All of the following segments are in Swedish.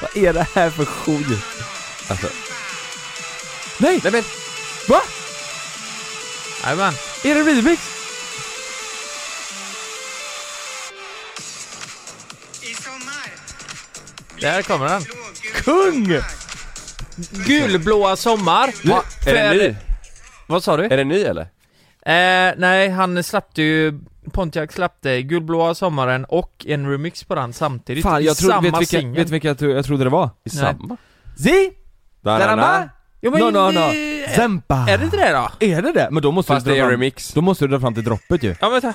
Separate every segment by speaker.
Speaker 1: Vad är det här för skit?
Speaker 2: Alltså,
Speaker 1: Nej!
Speaker 2: nej men,
Speaker 1: Va?
Speaker 2: jajamän.
Speaker 1: Är det remix?
Speaker 3: I sommar.
Speaker 2: Där kommer den.
Speaker 1: Kung!
Speaker 2: Gulblåa sommar.
Speaker 1: Du,
Speaker 2: Va-
Speaker 1: är den
Speaker 2: för-
Speaker 1: ny?
Speaker 2: Vad sa du?
Speaker 1: Är den ny eller?
Speaker 2: Eh, nej, han släppte ju, Pontiac släppte Gulblåa sommaren och en remix på den samtidigt.
Speaker 1: Fan,
Speaker 2: typ i
Speaker 1: jag trodde,
Speaker 2: samma
Speaker 1: vet vilka,
Speaker 2: singel.
Speaker 1: vet vilka jag, tro- jag trodde det var?
Speaker 2: I
Speaker 1: samma?
Speaker 2: samma?
Speaker 1: Si! Daramba!
Speaker 2: Jo, men
Speaker 1: No, no, no.
Speaker 2: eh,
Speaker 1: Zempa!
Speaker 2: Är det inte det då?
Speaker 1: Är det det? Men då måste
Speaker 4: Fast
Speaker 1: du dra
Speaker 4: det är
Speaker 1: fram,
Speaker 4: remix.
Speaker 1: Då måste du dra fram till droppet ju.
Speaker 2: Ja, vänta.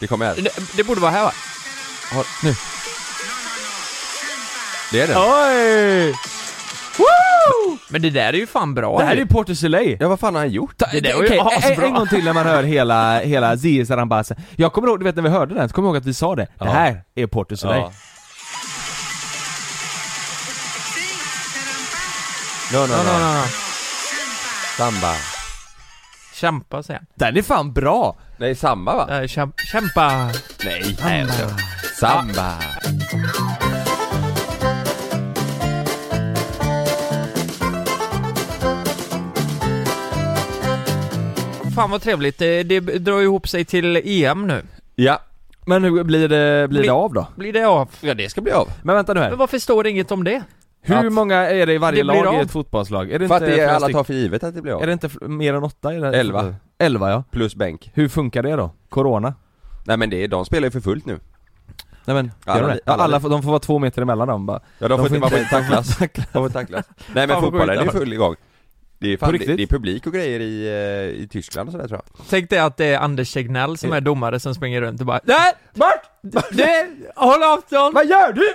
Speaker 4: Det kommer här.
Speaker 2: Det, det borde vara här va?
Speaker 1: Har, nu.
Speaker 4: Det är den.
Speaker 1: Oj! Woo!
Speaker 2: Men det där är ju fan bra
Speaker 1: Det här är ju Porter Soleil.
Speaker 4: Ja, vad fan har han gjort?
Speaker 2: Det där var ju
Speaker 1: Okej, en,
Speaker 2: asbra.
Speaker 1: en gång till när man hör hela, hela Zia Sarambasa. Jag kommer ihåg, du vet när vi hörde den, så kommer jag ihåg att vi sa det. Det här är Porter Soleil.
Speaker 4: Ja. No, no,
Speaker 2: No, no,
Speaker 4: no.
Speaker 2: no, no.
Speaker 4: Samba.
Speaker 2: Kämpa säger han.
Speaker 1: Den är fan bra!
Speaker 4: Nej, samba va?
Speaker 2: Eh, kämp- kämpa.
Speaker 4: Nej. Nej. alltså. Samba.
Speaker 2: Fan vad trevligt. Det, det drar ju ihop sig till EM nu.
Speaker 4: Ja.
Speaker 1: Men hur blir det, blir det av då?
Speaker 2: Blir det av?
Speaker 4: Ja, det ska bli av.
Speaker 1: Men vänta nu här.
Speaker 2: Men varför står det inget om det?
Speaker 1: Hur
Speaker 4: Att-
Speaker 1: många är det i varje
Speaker 2: Det blir
Speaker 1: lag i
Speaker 2: av.
Speaker 1: ett fotbollslag? Är det
Speaker 4: För att
Speaker 1: inte
Speaker 4: det är,
Speaker 1: flera
Speaker 4: alla
Speaker 1: stycken?
Speaker 4: tar för givet att det blir av.
Speaker 1: Är det inte fl- mer än åtta i det här?
Speaker 4: Elva.
Speaker 1: fotbollet? Elva ja.
Speaker 4: Plus bänk.
Speaker 1: Hur funkar det då? Corona?
Speaker 4: Nej men det är, de spelar ju för fullt nu.
Speaker 1: Nej men,
Speaker 4: Alla
Speaker 1: gör de
Speaker 4: li-
Speaker 1: det? Ja,
Speaker 4: alla
Speaker 1: alla,
Speaker 4: li-
Speaker 1: får- de får vara två meter emellan dem bara.
Speaker 4: Ja, de, får inte, man får inte tacklas.
Speaker 1: de får inte
Speaker 4: De får inte tacklas. Nej men
Speaker 1: Fan, vad
Speaker 4: fotbollen är ju
Speaker 1: sjukt.
Speaker 4: full igång. Det är, fan,
Speaker 1: På riktigt?
Speaker 4: det, det är publik och grejer i, eh, i Tyskland och sådär tror jag.
Speaker 2: Tänk dig att det är Anders Tegnell som är domare som springer runt och bara Nej! Bort! Det, håll avstånd!
Speaker 1: Vad gör du?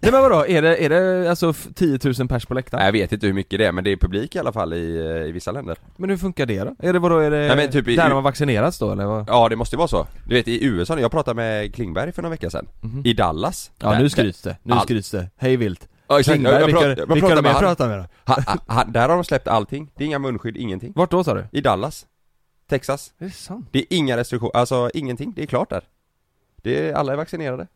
Speaker 1: Nej men vadå, är det, är det alltså f- 10 000 pers på läktaren?
Speaker 4: Nej, jag vet inte hur mycket det är men det är publik i alla fall i, eh, i vissa länder.
Speaker 1: Men hur funkar det då? Är det vadå, är det
Speaker 4: Nej, men typ i-
Speaker 1: där de har vaccinerats då eller? Vad?
Speaker 4: Ja det måste ju vara så. Du vet i USA, jag pratade med Klingberg för några veckor sedan. I Dallas.
Speaker 1: Mhm. Ja
Speaker 4: Där-
Speaker 1: nu skryts det, nu
Speaker 4: Allt.
Speaker 1: skryts det, hej vilt
Speaker 4: Ja, exakt.
Speaker 1: Klingberg,
Speaker 4: Jag- jag
Speaker 1: vilka-
Speaker 4: pratar- jag
Speaker 1: vilka
Speaker 4: pratar
Speaker 1: de
Speaker 4: med
Speaker 1: är
Speaker 4: han.
Speaker 1: pratar med då?
Speaker 4: Ha, ha, ha, där har de släppt allting. Det är inga munskydd, ingenting.
Speaker 1: Vart då sa du?
Speaker 4: I Dallas. Texas.
Speaker 1: Är det sant?
Speaker 4: Det är inga restriktioner, alltså ingenting. Det är klart där. Det är, alla är vaccinerade.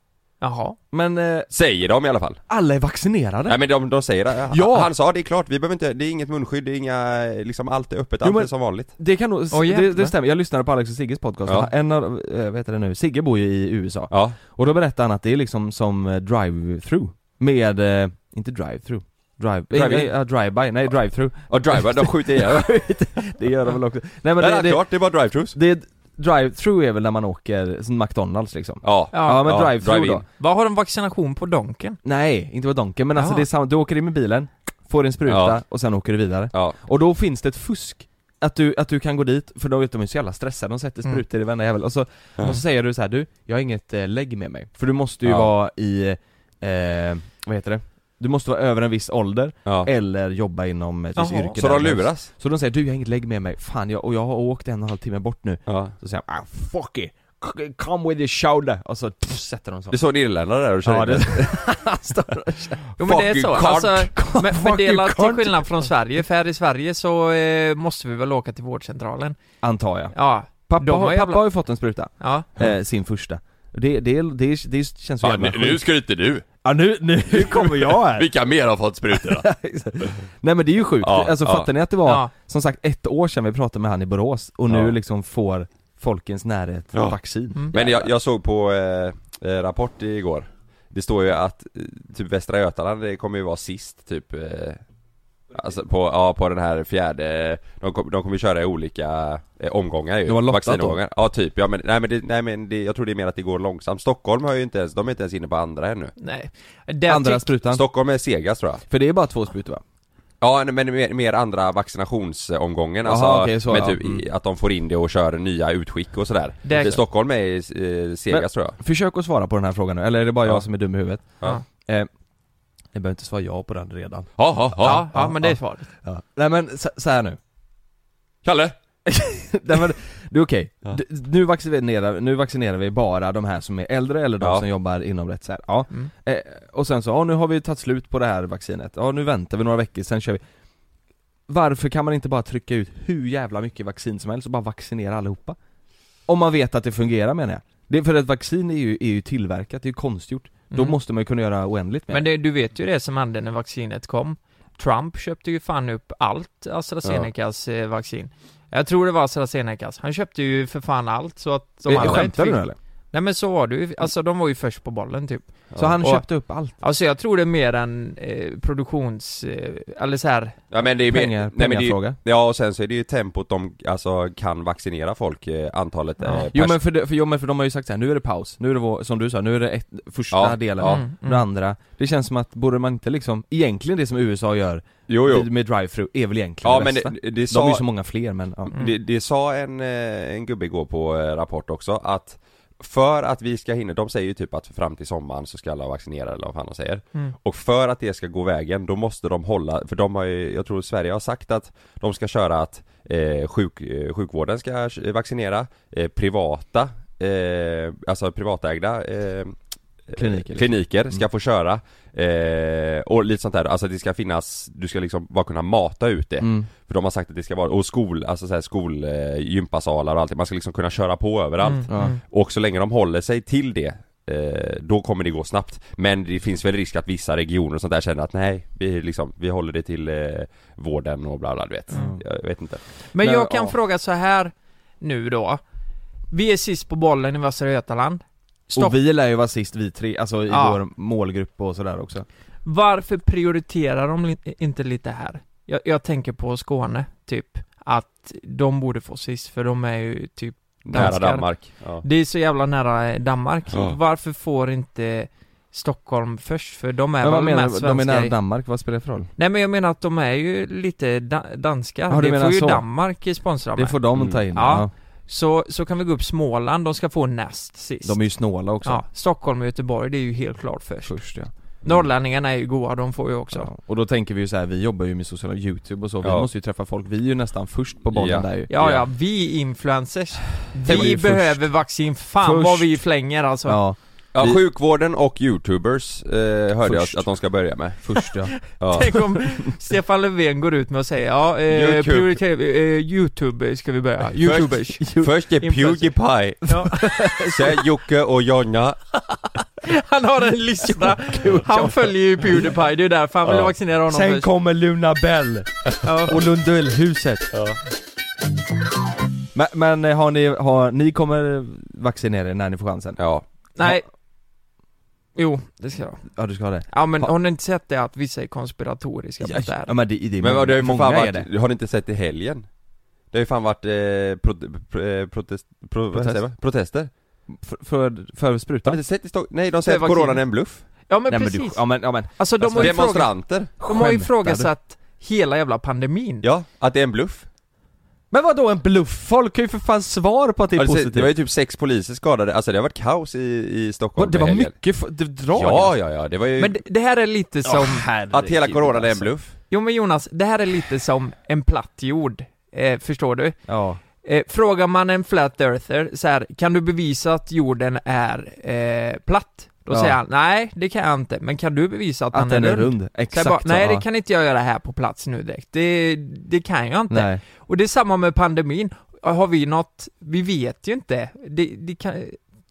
Speaker 2: Jaha.
Speaker 1: Men eh,
Speaker 4: Säger de i alla fall.
Speaker 1: alla är vaccinerade?
Speaker 4: Nej men de, de säger det. Han,
Speaker 1: Ja.
Speaker 4: han sa det är klart, vi behöver inte, det är inget munskydd, det är inga, liksom allt är öppet,
Speaker 1: Jo,
Speaker 4: allt
Speaker 1: men-
Speaker 4: är som vanligt.
Speaker 1: Det kan nog,
Speaker 2: Åh,
Speaker 1: det, det
Speaker 2: jävlar.
Speaker 1: stämmer, jag lyssnade på Alex och Sigges podcast,
Speaker 4: Ja.
Speaker 1: en av, eh, vad heter det nu, Sigge bor ju i USA
Speaker 4: Ja.
Speaker 1: Och då berättade han att det är liksom som eh, drive-through Med, eh, inte drive-through Drive,
Speaker 4: Drive-in.
Speaker 1: drive, eh, drive-by, nej drive-through
Speaker 4: Och driver, de skjuter ihjäl Nej
Speaker 1: Det gör de väl också Nej men
Speaker 4: det är
Speaker 1: det,
Speaker 4: klart, det är bara drive-thrus.
Speaker 1: det, det drive-through är väl när man åker, som McDonalds liksom
Speaker 4: Ja.
Speaker 1: Ja,
Speaker 2: Ja,
Speaker 1: men
Speaker 4: ja,
Speaker 1: drive-through
Speaker 4: drive-in.
Speaker 1: då?
Speaker 2: Vad har de vaccination på Donken?
Speaker 1: Nej, inte på Donken men alltså
Speaker 2: Ja.
Speaker 1: det är samma, du åker in med bilen, får din spruta
Speaker 4: Ja.
Speaker 1: och sen åker du vidare
Speaker 4: Ja.
Speaker 1: Och då finns det ett fusk att du, att du kan gå dit, för då är de så jävla stressade, de sätter
Speaker 2: Mm.
Speaker 1: sprutor i varenda jävel och så,
Speaker 4: Ja.
Speaker 1: och så säger du så här, du, jag har inget eh, lägg med mig, för du måste ju
Speaker 4: Ja.
Speaker 1: vara i, eh, vad heter det? Du måste vara över en viss ålder,
Speaker 4: ja.
Speaker 1: eller jobba inom ett visst
Speaker 2: Jaha.
Speaker 1: yrke
Speaker 4: Så
Speaker 1: där.
Speaker 4: de luras?
Speaker 1: Så de säger, du jag har inget lägg med mig, fan jag, och jag har åkt en och en halv timme bort nu
Speaker 4: Ja.
Speaker 1: Så säger han, ah, fuck it, C- come with your shoulder, och så pff, sätter de så
Speaker 4: Det är så irländare där och kör
Speaker 1: Ja,
Speaker 4: in
Speaker 1: det-
Speaker 4: den.
Speaker 2: Jo men det är
Speaker 4: Fucking
Speaker 2: så,
Speaker 4: cunt.
Speaker 2: alltså, men, men det är
Speaker 1: Fucking
Speaker 2: alla- till
Speaker 1: cunt.
Speaker 2: skillnad från Sverige, för här i Sverige så eh, måste vi väl åka till vårdcentralen?
Speaker 1: Antar jag
Speaker 2: Ja,
Speaker 1: Pappa,
Speaker 2: De har
Speaker 1: har, pappa
Speaker 2: jävla-
Speaker 1: har ju fått en spruta,
Speaker 2: ja.
Speaker 1: eh, sin första det, det, det, det känns så jävla sjukt.
Speaker 4: skryter du.
Speaker 1: Ja nu, nu kommer jag här!
Speaker 4: Vilka mer har fått sprutor då?
Speaker 1: Nej men det är ju sjukt,
Speaker 4: Ja,
Speaker 1: alltså
Speaker 4: ja.
Speaker 1: fattar ni att det var
Speaker 2: Ja.
Speaker 1: som sagt ett år sedan vi pratade med han i Borås och nu
Speaker 4: Ja.
Speaker 1: liksom får folkens närhet
Speaker 4: Ja.
Speaker 1: vaccin?
Speaker 2: Mm.
Speaker 4: Men jag, jag såg på eh, eh, Rapport igår Det står ju att eh, typ Västra Götaland det kommer ju vara sist typ eh, Alltså på, ja, på den här fjärde De, kom, de kommer ju köra i olika eh, omgångar ju
Speaker 1: De har lottat då?
Speaker 4: Vaccinomgångar. Ja typ, ja men nej men, det, nej, men det, jag tror det är mer att det går långsamt Stockholm har ju inte ens, de är inte ens inne på andra ännu
Speaker 2: Nej. Det typ- jag
Speaker 1: Andra
Speaker 2: tyck-
Speaker 1: sprutan?
Speaker 4: Stockholm är segast tror jag
Speaker 1: För det är bara två sprutor va?
Speaker 4: Ja nej, men mer, mer andra vaccinationsomgången
Speaker 1: Jaha,
Speaker 4: alltså
Speaker 1: okej, så,
Speaker 4: Men
Speaker 1: ja. Mm.
Speaker 4: typ i- att de får in det och kör nya utskick och sådär
Speaker 2: Det-
Speaker 4: För Stockholm är eh, segast
Speaker 1: Men-
Speaker 4: tror jag
Speaker 1: Försök att svara på den här frågan nu, eller är det bara jag
Speaker 4: Ja.
Speaker 1: som är dum i huvudet?
Speaker 4: Ja.
Speaker 1: Eh, ni behöver inte svara ja på den redan
Speaker 4: Ja, ja,
Speaker 2: ja, ja,
Speaker 1: ja,
Speaker 2: men det
Speaker 1: ja.
Speaker 2: är svaret.
Speaker 1: Nej men så, så här nu,
Speaker 4: Kalle!
Speaker 1: Nej, men, du okej,
Speaker 4: Ja.
Speaker 1: Du- nu, vaccinerar, nu vaccinerar vi bara de här som är äldre eller de
Speaker 4: Ja.
Speaker 1: som jobbar inom rätt så här. ja
Speaker 2: Mm.
Speaker 1: Eh, och sen så, ja nu har vi tagit slut på det här vaccinet, ja nu väntar vi några veckor, sen kör vi Varför kan man inte bara trycka ut hur jävla mycket vaccin som helst och bara vaccinera allihopa? Om man vet att det fungerar menar jag. Det, för ett vaccin är ju, är ju tillverkat, det är ju konstgjort Då
Speaker 2: Mm.
Speaker 1: måste man ju kunna göra oändligt med
Speaker 2: Men det, du vet ju det som hände när vaccinet kom Trump köpte ju fan upp allt AstraZenecas eh, vaccin Jag tror det var AstraZenecas, han köpte ju för fan allt så att de
Speaker 1: Eh,
Speaker 2: andra inte
Speaker 1: Skämtar du
Speaker 2: fick-
Speaker 1: nu eller? Mm.
Speaker 2: Nej men så var det ju, alltså de var ju först på bollen typ
Speaker 1: Så han
Speaker 2: Och-
Speaker 1: köpte upp allt?
Speaker 2: Alltså jag tror det är mer en eh, produktions, eh, eller så här.
Speaker 4: Ja men det är ju mer-
Speaker 1: Pengar,
Speaker 4: nej, men det är ju,
Speaker 1: pengafråga?
Speaker 4: Ja och sen så är det ju tempot de alltså, kan vaccinera folk, eh, antalet eh, pers-
Speaker 1: Jo men, för det, för, jo men för de har ju sagt så här, nu är det paus, nu är det vår, som du sa, nu är det ett, första
Speaker 4: Ja,
Speaker 1: delen,
Speaker 4: ja.
Speaker 1: ja,
Speaker 2: Mm, mm.
Speaker 1: den andra Det känns som att, borde man inte liksom, egentligen det som USA gör
Speaker 4: jo, jo.
Speaker 1: med drive-thru är väl egentligen
Speaker 4: Ja
Speaker 1: det
Speaker 4: men
Speaker 1: bästa?
Speaker 4: det, det
Speaker 1: De är
Speaker 4: sa,
Speaker 1: ju så många fler men, ja.
Speaker 4: det, det sa en, eh, en gubbe igår på eh, Rapport också att för att vi ska hinna, de säger ju typ att fram till sommaren så ska alla vaccinera eller vad fan de säger
Speaker 2: Mm.
Speaker 4: Och för att det ska gå vägen då måste de hålla, för de har ju, jag tror Sverige har sagt att de ska köra att eh, sjuk, eh, sjukvården ska eh, vaccinera, eh, privata, eh, alltså privatägda eh,
Speaker 1: Kliniker, liksom. Mm.
Speaker 4: eh, kliniker ska få köra eh, och lite sånt där, alltså det ska finnas, du ska liksom bara kunna mata ut det
Speaker 1: Mm.
Speaker 4: För de har sagt att det ska vara, och skol, alltså så här skol, eh, gympasalar och allt man ska liksom kunna köra på överallt
Speaker 2: Mm,
Speaker 1: Ja.
Speaker 2: mm.
Speaker 4: och så länge de håller sig till det eh, Då kommer det gå snabbt Men det finns väl risk att vissa regioner och sånt där känner att nej Vi, liksom, vi håller det till eh, vården och bla bla du vet
Speaker 1: Mm.
Speaker 4: Jag vet inte
Speaker 2: Men
Speaker 4: Men,
Speaker 2: jag kan
Speaker 4: ja.
Speaker 2: fråga så här nu då Vi är sist på bollen i Västra Götaland Stopp.
Speaker 1: Och vi lär ju vara sist vi tre, alltså i
Speaker 2: Ja.
Speaker 1: vår målgrupp och sådär också
Speaker 2: Varför prioriterar de li- inte lite här? Jag, jag tänker på Skåne, typ Att de borde få sist för de är ju typ
Speaker 4: Nära
Speaker 2: Danskar.
Speaker 4: Danmark ja.
Speaker 2: Det är så jävla nära Danmark
Speaker 4: Ja.
Speaker 2: Varför får inte Stockholm först? För de är
Speaker 1: Men vad
Speaker 2: väl
Speaker 1: menar
Speaker 2: mest
Speaker 1: du?
Speaker 2: svenska
Speaker 1: De är nära
Speaker 2: i-
Speaker 1: Danmark, vad spelar det för roll?
Speaker 2: Nej men jag menar att de är ju lite da- danskar,
Speaker 1: Ja, du
Speaker 2: det
Speaker 1: menar
Speaker 2: får ju
Speaker 1: så.
Speaker 2: Danmark sponsra
Speaker 1: Det
Speaker 2: med
Speaker 1: får de
Speaker 4: Mm.
Speaker 1: ta in,
Speaker 2: Ja.
Speaker 1: ja.
Speaker 2: så, så kan vi gå upp Småland, de ska få näst sist
Speaker 1: De är ju snåla också
Speaker 2: Ja, Stockholm och Göteborg det är ju helt klart först
Speaker 1: Först ja.
Speaker 2: Norrlänningarna är ju goa, de får ju också
Speaker 1: ja Och då tänker vi ju så här, vi jobbar ju med sociala youtube och så, vi
Speaker 4: Ja.
Speaker 1: måste ju träffa folk, vi är ju nästan först på bollen
Speaker 4: Ja.
Speaker 1: där ju
Speaker 2: Ja, ja,
Speaker 4: Ja.
Speaker 2: vi influencers.
Speaker 1: Det var
Speaker 2: Vi
Speaker 1: ju
Speaker 2: behöver vaccin. Fan
Speaker 1: Först.
Speaker 2: vad vi flänger alltså.
Speaker 1: Ja,
Speaker 4: Ja,
Speaker 1: Vi-
Speaker 4: Sjukvården och youtubers eh, hörde
Speaker 1: Först.
Speaker 4: jag att de ska börja med
Speaker 1: först ja
Speaker 4: ja.
Speaker 2: Tänk om Stefan Löfven går ut med och säger ja, eh,
Speaker 4: YouTube.
Speaker 2: prioritera, eh, Youtube ska vi börja. Youtubers.
Speaker 4: Först är
Speaker 2: Influencer.
Speaker 4: Pewdiepie,
Speaker 2: Ja.
Speaker 4: sen Jocke och Jonna
Speaker 2: Han har en lista. Han följer ju Pewdiepie, det är därför han vill
Speaker 4: Ja.
Speaker 2: vaccinera honom först.
Speaker 1: kommer Luna Bell
Speaker 2: Ja.
Speaker 1: och Lundellhuset
Speaker 4: ja.
Speaker 1: Men, men eh, har ni, har, ni kommer vaccinera er när ni får chansen?
Speaker 4: ja,
Speaker 2: Nej. Jo, det ska jag.
Speaker 1: Ja du ska ha det?
Speaker 2: Ja men
Speaker 1: Ha-
Speaker 2: har ni inte sett det att vissa är konspiratoriska mot det här?
Speaker 1: ja men det, det är
Speaker 4: men vad det har ju för
Speaker 1: många
Speaker 4: fan
Speaker 1: är det
Speaker 4: varit, har ni inte sett i helgen? Det har ju fan varit eh, pro, pro, protest, pro, vad
Speaker 1: Protest.
Speaker 4: säger man? protester
Speaker 1: För, för, för
Speaker 4: Har
Speaker 1: sprutan?
Speaker 4: ni inte sett i Stockholm? Nej, de säger
Speaker 2: Det är
Speaker 4: att
Speaker 2: vaccin.
Speaker 4: coronan är en bluff
Speaker 2: Ja men
Speaker 1: Nej men du,
Speaker 2: precis.
Speaker 1: ja men, ja men
Speaker 2: Alltså de
Speaker 1: Alltså,
Speaker 2: har ju frågat-
Speaker 4: Demonstranter?
Speaker 2: de har ju
Speaker 1: Skämtar du?
Speaker 2: ifrågasatt hela jävla pandemin.
Speaker 4: Ja, att det är en bluff
Speaker 1: Men vadå en bluff? Folk har ju för fan svar på att det är
Speaker 4: Ja,
Speaker 1: positivt
Speaker 4: Det var ju typ sex poliser skadade, alltså det har varit kaos i, i Stockholm
Speaker 1: Vad, Det
Speaker 4: i
Speaker 1: var
Speaker 4: helgen.
Speaker 1: mycket f- det drag
Speaker 4: Ja, ja, ja, det var ju
Speaker 2: Men det, det här är lite som...
Speaker 4: att hela coronan är
Speaker 2: alltså-
Speaker 4: en bluff
Speaker 2: Jo men Jonas, det här är lite som en platt jord, eh, förstår du?
Speaker 1: Ja,
Speaker 2: Eh, frågar man en flat earther så här, kan du bevisa att jorden är eh, platt? Då
Speaker 1: Ja.
Speaker 2: säger han, nej det kan jag inte, men kan du bevisa att,
Speaker 1: att den är rund,
Speaker 2: Så jag
Speaker 1: exakt
Speaker 2: bara, nej
Speaker 1: så, ja.
Speaker 2: det kan inte jag göra här på plats nu direkt, det, det kan jag inte.
Speaker 1: Nej,
Speaker 2: Och det är samma med pandemin, har vi något, vi vet ju inte, det, det kan,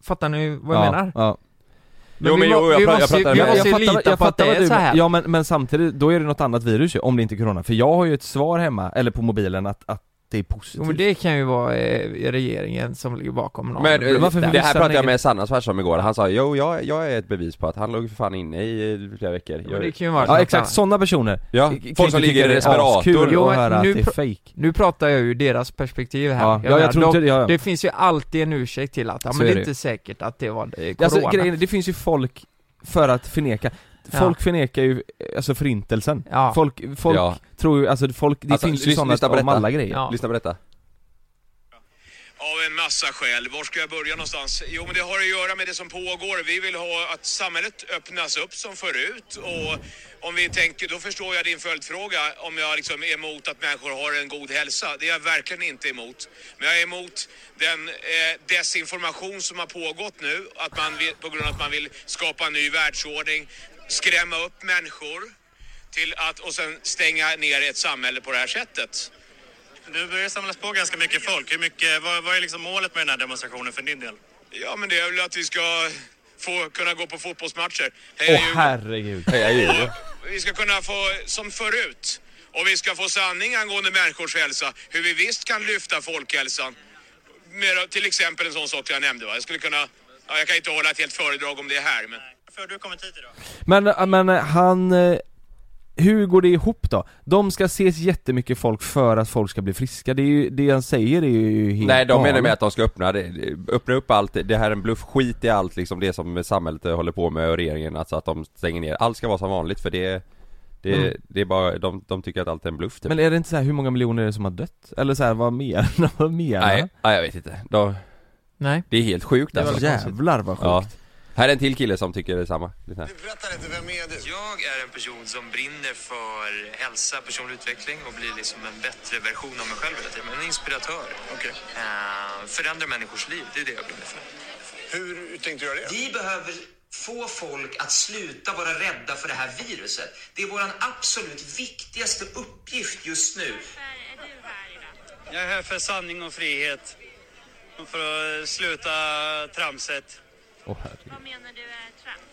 Speaker 2: fattar ni vad jag
Speaker 1: ja,
Speaker 2: menar?
Speaker 1: Ja.
Speaker 4: Jo,
Speaker 2: vi
Speaker 4: men
Speaker 2: må-
Speaker 4: jo, jag
Speaker 2: vi
Speaker 4: pra- jag
Speaker 2: måste ju-
Speaker 4: pratar
Speaker 2: vi
Speaker 4: med-
Speaker 2: måste ju
Speaker 1: fattar-
Speaker 2: lita
Speaker 1: jag
Speaker 2: på att
Speaker 1: fattar
Speaker 2: det
Speaker 1: vad
Speaker 2: är
Speaker 1: du-
Speaker 2: så här.
Speaker 1: Ja men, men samtidigt, då är det något annat virus ju, om det inte är corona. För jag har ju ett svar hemma, eller på mobilen, att, att det är
Speaker 2: Jo
Speaker 1: positivt.
Speaker 2: men det kan ju vara eh, regeringen som ligger bakom någon.
Speaker 4: Men eh,
Speaker 1: Varför
Speaker 4: det
Speaker 1: visar
Speaker 4: här pratade jag
Speaker 1: ni-
Speaker 4: med Sanna Svärd om igår, han sa jo, jag, jag är ett bevis på att han låg för fan inne i eh, flera veckor
Speaker 2: Men
Speaker 4: jag,
Speaker 2: det kan ju vara
Speaker 1: Ja
Speaker 2: något
Speaker 1: exakt,
Speaker 2: annat.
Speaker 1: sådana personer.
Speaker 4: Ja,
Speaker 1: Kan
Speaker 4: folk
Speaker 1: inte
Speaker 4: som ligger i
Speaker 1: tycka det är
Speaker 4: respirator
Speaker 1: askul
Speaker 2: Jo,
Speaker 1: att
Speaker 2: men
Speaker 1: höra att
Speaker 2: nu
Speaker 1: det är
Speaker 2: pra-
Speaker 1: fake.
Speaker 2: Nu pratar jag ju deras perspektiv här.
Speaker 1: Ja, ja
Speaker 2: menar,
Speaker 1: jag tror inte,
Speaker 2: de,
Speaker 1: ja, ja.
Speaker 2: Det finns ju alltid en ursäkt till att, ja,
Speaker 1: Så
Speaker 2: men
Speaker 1: är
Speaker 2: det är
Speaker 1: det
Speaker 2: inte säkert att det var eh, corona.
Speaker 1: Alltså grejen, är, det finns ju folk för att förneka. Folk förnekar ju, alltså förintelsen.
Speaker 2: ja.
Speaker 1: Folk, folk
Speaker 4: Ja.
Speaker 1: tror ju, alltså folk, det
Speaker 4: Alltså,
Speaker 1: finns ju
Speaker 4: lys-
Speaker 1: sådana
Speaker 4: lyssna på
Speaker 1: om
Speaker 4: detta.
Speaker 1: alla grejer.
Speaker 2: Ja.
Speaker 4: Lyssna på detta
Speaker 5: Av en massa skäl. Var ska jag börja någonstans? Jo, men det har att göra med det som pågår. Vi vill ha att samhället öppnas upp som förut. Och om vi tänker, då förstår jag din följdfråga om jag liksom är emot att människor har en god hälsa. Det är jag verkligen inte emot. Men jag är emot den eh, desinformation som har pågått nu. Att man vill, på grund av att man vill skapa en ny världsordning, skrämma upp människor till att, och sen stänga ner ett samhälle på det här sättet.
Speaker 6: Nu börjar det samlas på ganska mycket folk. Hur mycket, vad, vad är liksom målet med den här demonstrationen för din del?
Speaker 5: Ja, men det är väl att vi ska få kunna gå på fotbollsmatcher.
Speaker 1: Åh
Speaker 5: Heja Djurgården!
Speaker 1: herregud.
Speaker 4: Heja Djurgården!
Speaker 5: Vi ska kunna få som förut. Och vi ska få sanning angående människors hälsa. Hur vi visst kan lyfta folkhälsan. Med, till exempel en sån sak jag nämnde. Va? Jag skulle kunna... Ja, jag kan inte hålla ett helt föredrag om det här, men...
Speaker 6: Varför har du kommit hit idag?
Speaker 1: Men, men han... eh, Hur går det ihop då? De ska ses jättemycket folk för att folk ska bli friska, det, är ju, det han säger är ju helt
Speaker 4: Nej, de menar
Speaker 1: galet.
Speaker 4: med att de ska öppna, det, öppna upp allt, det här är en bluff, skit i allt liksom det som samhället eh, håller på med och regeringen, alltså att de stänger ner, allt ska vara som vanligt för det det, det är bara, de, de tycker att allt är en bluff typ.
Speaker 1: Mm. Men är det inte så här hur många miljoner är det som har dött? Eller så här, vad menar vad menar
Speaker 4: nej,
Speaker 1: han?
Speaker 4: nej, jag vet inte. De,
Speaker 2: Nej.
Speaker 4: det är helt sjukt
Speaker 2: var
Speaker 4: alltså.
Speaker 2: väldigt konstigt.
Speaker 1: Jävlar vad sjukt.
Speaker 4: Ja. Här är en till kille som tycker detsamma. Det här.
Speaker 3: Berätta lite, vem är du?
Speaker 7: Jag är en person som brinner för hälsa, personlig utveckling och blir liksom en bättre version av mig själv hela tiden. En inspiratör.
Speaker 3: Okej.
Speaker 7: Eh, förändra människors liv, det är det jag brinner för.
Speaker 3: Hur tänkte du göra det?
Speaker 7: Vi behöver få folk att sluta vara rädda för det här viruset. Det är vår absolut viktigaste uppgift just nu.
Speaker 6: Jag är här för sanning och frihet. Och för att sluta tramset.
Speaker 1: Åh, herregud.
Speaker 8: Vad menar du är trams?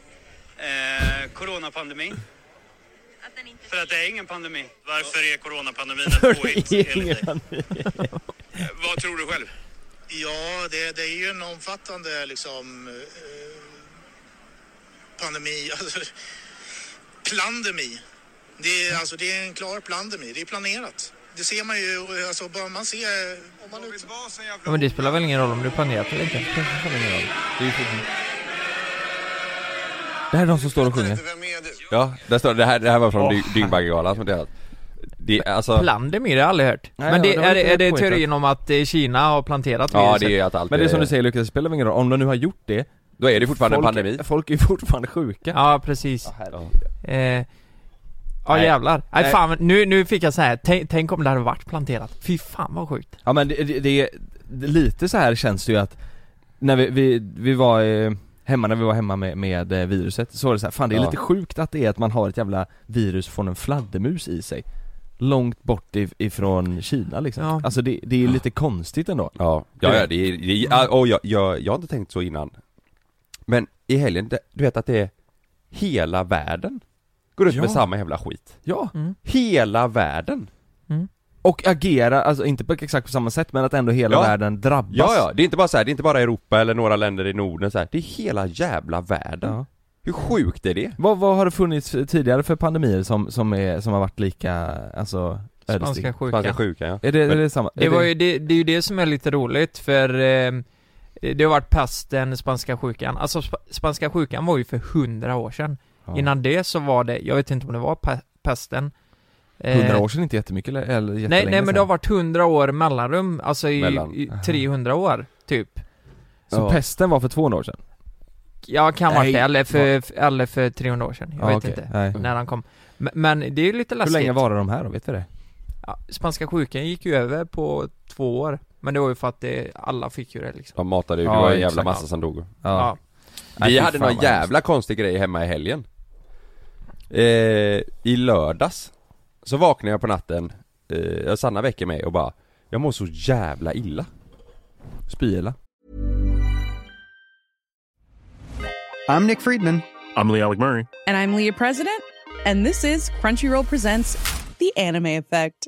Speaker 6: Eh, coronapandemin.
Speaker 8: Att den inte
Speaker 6: För att det är ingen pandemi. Varför är coronapandemin ett påhitt? enligt dig?
Speaker 5: Vad tror du själv?
Speaker 9: Ja, det, det är ju en omfattande liksom, eh, pandemi. Alltså, plandemi. Det är, alltså, det är en klar plandemi. Det är planerat. Det ser man ju. Alltså, bara man ser... Om man ut...
Speaker 2: Ja, men det spelar väl ingen roll om du planerat eller inte?
Speaker 1: Det här är de som står och sjunger.
Speaker 3: Vem är du?
Speaker 4: Ja, där står det, det här, det här var från oh, Dyngbaggegalan som delat. Det, alltså,
Speaker 2: Plandemir, det har jag aldrig hört.
Speaker 1: Nej,
Speaker 2: men det,
Speaker 1: ja, det var
Speaker 2: är, det-
Speaker 1: lite
Speaker 2: är det
Speaker 1: påhittat.
Speaker 2: teorin om att eh, Kina har planterat
Speaker 4: ja
Speaker 2: viruset?
Speaker 4: det är ju att allt
Speaker 1: Men det är som
Speaker 4: är-
Speaker 1: du säger Lukas, det spelar väl ingen roll, om de nu har gjort det
Speaker 4: Då är det fortfarande
Speaker 1: folk,
Speaker 4: en pandemi.
Speaker 1: Folk är fortfarande sjuka
Speaker 2: Ja, precis.
Speaker 4: Ja.
Speaker 2: Eh, ja
Speaker 4: Nej.
Speaker 2: jävlar. Nej,
Speaker 1: Nej.
Speaker 2: fan, nu, nu fick jag så här. Tänk, tänk om det hade varit planterat. Fy fan vad sjukt.
Speaker 1: Ja men det, det, det, det lite så här känns det ju att När vi, vi, vi var eh, hemma, när vi var hemma med, med eh, viruset så var det så här, fan det är
Speaker 4: Ja.
Speaker 1: lite sjukt att det är att man har ett jävla virus från en fladdermus i sig Långt bort if- ifrån Kina liksom,
Speaker 2: Ja.
Speaker 1: alltså det, det är lite konstigt ändå
Speaker 4: Ja, ja, ja det, är- det, är- ja, och jag, jag, jag har inte tänkt så innan. Men i helgen, det- du vet att det är hela världen går ut
Speaker 1: Ja.
Speaker 4: med samma jävla skit.
Speaker 1: Ja,
Speaker 4: Hela världen!
Speaker 1: och agera, alltså inte på, exakt på samma sätt men att ändå hela
Speaker 4: Ja.
Speaker 1: världen drabbas
Speaker 4: Ja, ja, det är inte bara så här, det är inte bara Europa eller några länder i Norden så här. det är hela jävla världen.
Speaker 1: Ja.
Speaker 4: Hur sjukt är det?
Speaker 1: Vad, vad har det funnits tidigare för pandemier som, som, är, som har varit lika, alltså
Speaker 2: Spanska
Speaker 1: ödesdigra?
Speaker 4: Spanska
Speaker 2: sjukan.
Speaker 4: sjukan ja.
Speaker 1: Är det, är det samma?
Speaker 2: Det,
Speaker 1: är
Speaker 2: var ju, det, det är ju det som är lite roligt för eh, det har varit pesten, spanska sjukan. Alltså sp spanska sjukan var ju för hundra år sedan.
Speaker 1: Ja.
Speaker 2: Innan det så var det, jag vet inte om det var pe pesten. Eh,
Speaker 1: 100 år sedan inte jättemycket eller eller
Speaker 2: Nej,
Speaker 1: jättelänge
Speaker 2: nej men det
Speaker 1: sedan.
Speaker 2: har varit 100 år mellanrum, alltså i,
Speaker 4: Mellan.
Speaker 2: i 300 år, typ.
Speaker 1: Så
Speaker 4: Ja.
Speaker 1: pesten var för 200 år sedan?
Speaker 2: Ja, kan vara
Speaker 1: Nej.
Speaker 2: det, eller för, eller för 300 år sedan, jag vet
Speaker 1: okej.
Speaker 2: inte.
Speaker 1: Nej.
Speaker 2: När han kom. Men, men det är ju lite
Speaker 1: Hur
Speaker 2: läskigt.
Speaker 1: länge var de här då, vet vi det?
Speaker 2: ja, Spanska sjukan gick ju över på två år. Men det var ju för att det, alla fick ju det liksom.
Speaker 4: De matade ju, det
Speaker 1: Ja,
Speaker 4: var en
Speaker 1: exakt.
Speaker 4: jävla massa som dog.
Speaker 2: Ja.
Speaker 1: Nej,
Speaker 4: Vi
Speaker 1: fy
Speaker 4: hade
Speaker 1: fan
Speaker 4: någon
Speaker 1: vad hemskt.
Speaker 4: jävla konstig grej hemma i helgen eh, I lördags Så vaknade jag på natten eh, Sanna väcker mig och bara Jag mår så jävla illa
Speaker 1: Spyela.
Speaker 10: I'm Nick Friedman.
Speaker 11: I'm Lee Alec Murray.
Speaker 12: And I'm Leah President, and this is Crunchyroll Presents The Anime Effect.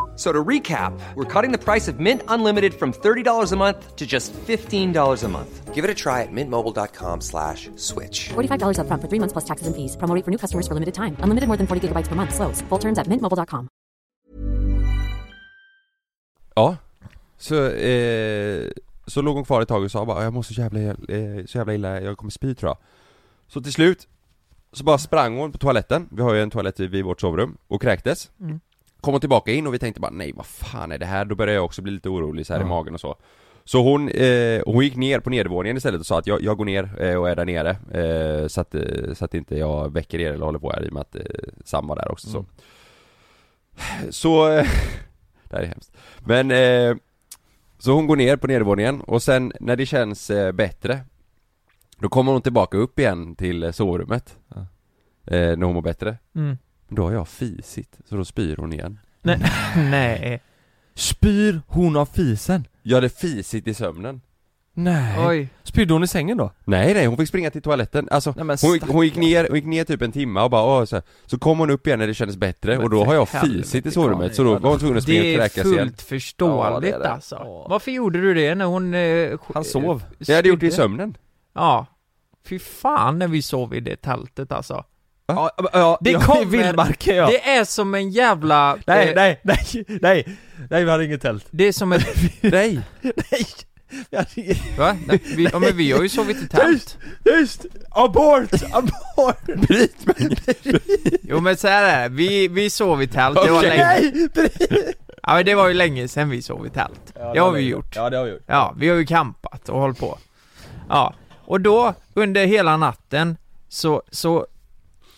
Speaker 7: So to recap, we're cutting the price of Mint Unlimited from $30 a month to just $15 a month. Give it a try at mintmobile.com slash switch.
Speaker 13: $45 up front for three months plus taxes and fees. Promo rate for new customers for limited time. Unlimited more than 40 gigabytes per month. Slows. Full terms at mintmobile.com.
Speaker 4: Ja Så, eh, så låg hon kvar ett tag och sa bara jag mår så jävla, eh, så jävla illa, jag kommer spy tror jag Så till slut Så bara sprang hon på toaletten, vi har ju en toalett vid vårt sovrum, och kräktes
Speaker 2: Mm.
Speaker 4: Kom hon tillbaka in och vi tänkte bara nej vad fan är det här? Då började jag också bli lite orolig så här
Speaker 1: Ja.
Speaker 4: i magen och så Så hon, eh, hon gick ner på nedervåningen istället och sa att jag, jag går ner eh, och är där nere eh, så, att, eh, så att inte jag väcker er eller håller på här i och med att eh, Sam var där också så Så, eh, det här är hemskt Men, eh, så hon går ner på nedervåningen och sen när det känns eh, bättre Då kommer hon tillbaka upp igen till eh, sovrummet eh, När hon mår bättre
Speaker 2: Mm.
Speaker 4: Men då har jag fisit, så då spyr hon igen
Speaker 2: Nej, nej.
Speaker 1: Spyr hon av fisen?
Speaker 4: Jag hade fisit i sömnen
Speaker 1: Nej.
Speaker 2: Oj.
Speaker 1: Spydde hon i sängen då?
Speaker 4: Nej nej, hon fick springa till toaletten, alltså
Speaker 1: Nej, men
Speaker 4: hon, gick-
Speaker 1: stackars.
Speaker 4: hon, gick ner, hon gick ner typ en timme och bara åh, så, här. så kom hon upp igen när det kändes bättre och då har jag fisit i sovrummet så då var hon tvungen att springa
Speaker 2: Det
Speaker 4: och
Speaker 2: är
Speaker 4: kräkas igen
Speaker 2: fullt förståeligt
Speaker 4: Ja, det är det.
Speaker 2: alltså. Varför gjorde du det när hon... Eh, Han
Speaker 1: sov.
Speaker 4: Jag hade gjort det i sömnen
Speaker 2: Ja. Fy fan när vi sov i det tältet alltså.
Speaker 1: Ja, ja,
Speaker 2: Det
Speaker 1: ja, i
Speaker 2: kommer...
Speaker 1: vildmarken, ja.
Speaker 2: Det är som en jävla...
Speaker 1: Nej,
Speaker 2: eh,
Speaker 1: nej, nej, nej, nej vi hade inget tält
Speaker 2: Det är som ett...
Speaker 4: Nej!
Speaker 1: nej!
Speaker 2: Va? Nej, vi, ja, men vi har ju sovit i tält.
Speaker 1: Tyst! Abort! Abort!
Speaker 4: Bryt mig!
Speaker 2: Jo men så här är det, vi, vi sov i tält, det var
Speaker 1: Okej.
Speaker 2: länge... Ja men det var ju länge sedan vi sov i tält. det har vi gjort.
Speaker 1: Ja det har vi gjort
Speaker 2: Ja, vi har ju campat och hållit på. Ja, och då under hela natten så, så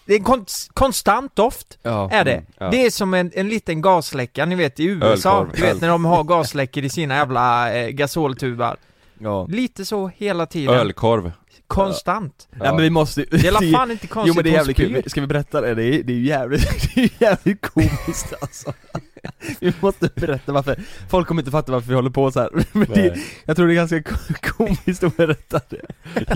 Speaker 2: det är en konst, konstant doft,
Speaker 1: Ja,
Speaker 2: är det.
Speaker 1: mm, ja.
Speaker 2: Det är som en, en liten gasläcka, ni vet i USA,
Speaker 1: Ölkorv,
Speaker 2: du vet
Speaker 1: öl.
Speaker 2: när de har gasläckor i sina jävla eh, gasoltubar.
Speaker 1: Ja.
Speaker 2: Lite så hela tiden.
Speaker 4: Ölkorv
Speaker 2: Konstant.
Speaker 1: Nej men vi måste
Speaker 2: Det är la fan inte konstigt
Speaker 1: Jo men det är
Speaker 2: hon
Speaker 1: jävligt kul,
Speaker 2: spyr.
Speaker 1: ska vi berätta det? Det är, det är ju jävligt, det är ju jävligt komiskt alltså Vi måste berätta varför, folk kommer inte fatta varför vi håller på så här. men det,
Speaker 4: Nej.
Speaker 1: jag tror det är ganska ko- komiskt att berätta det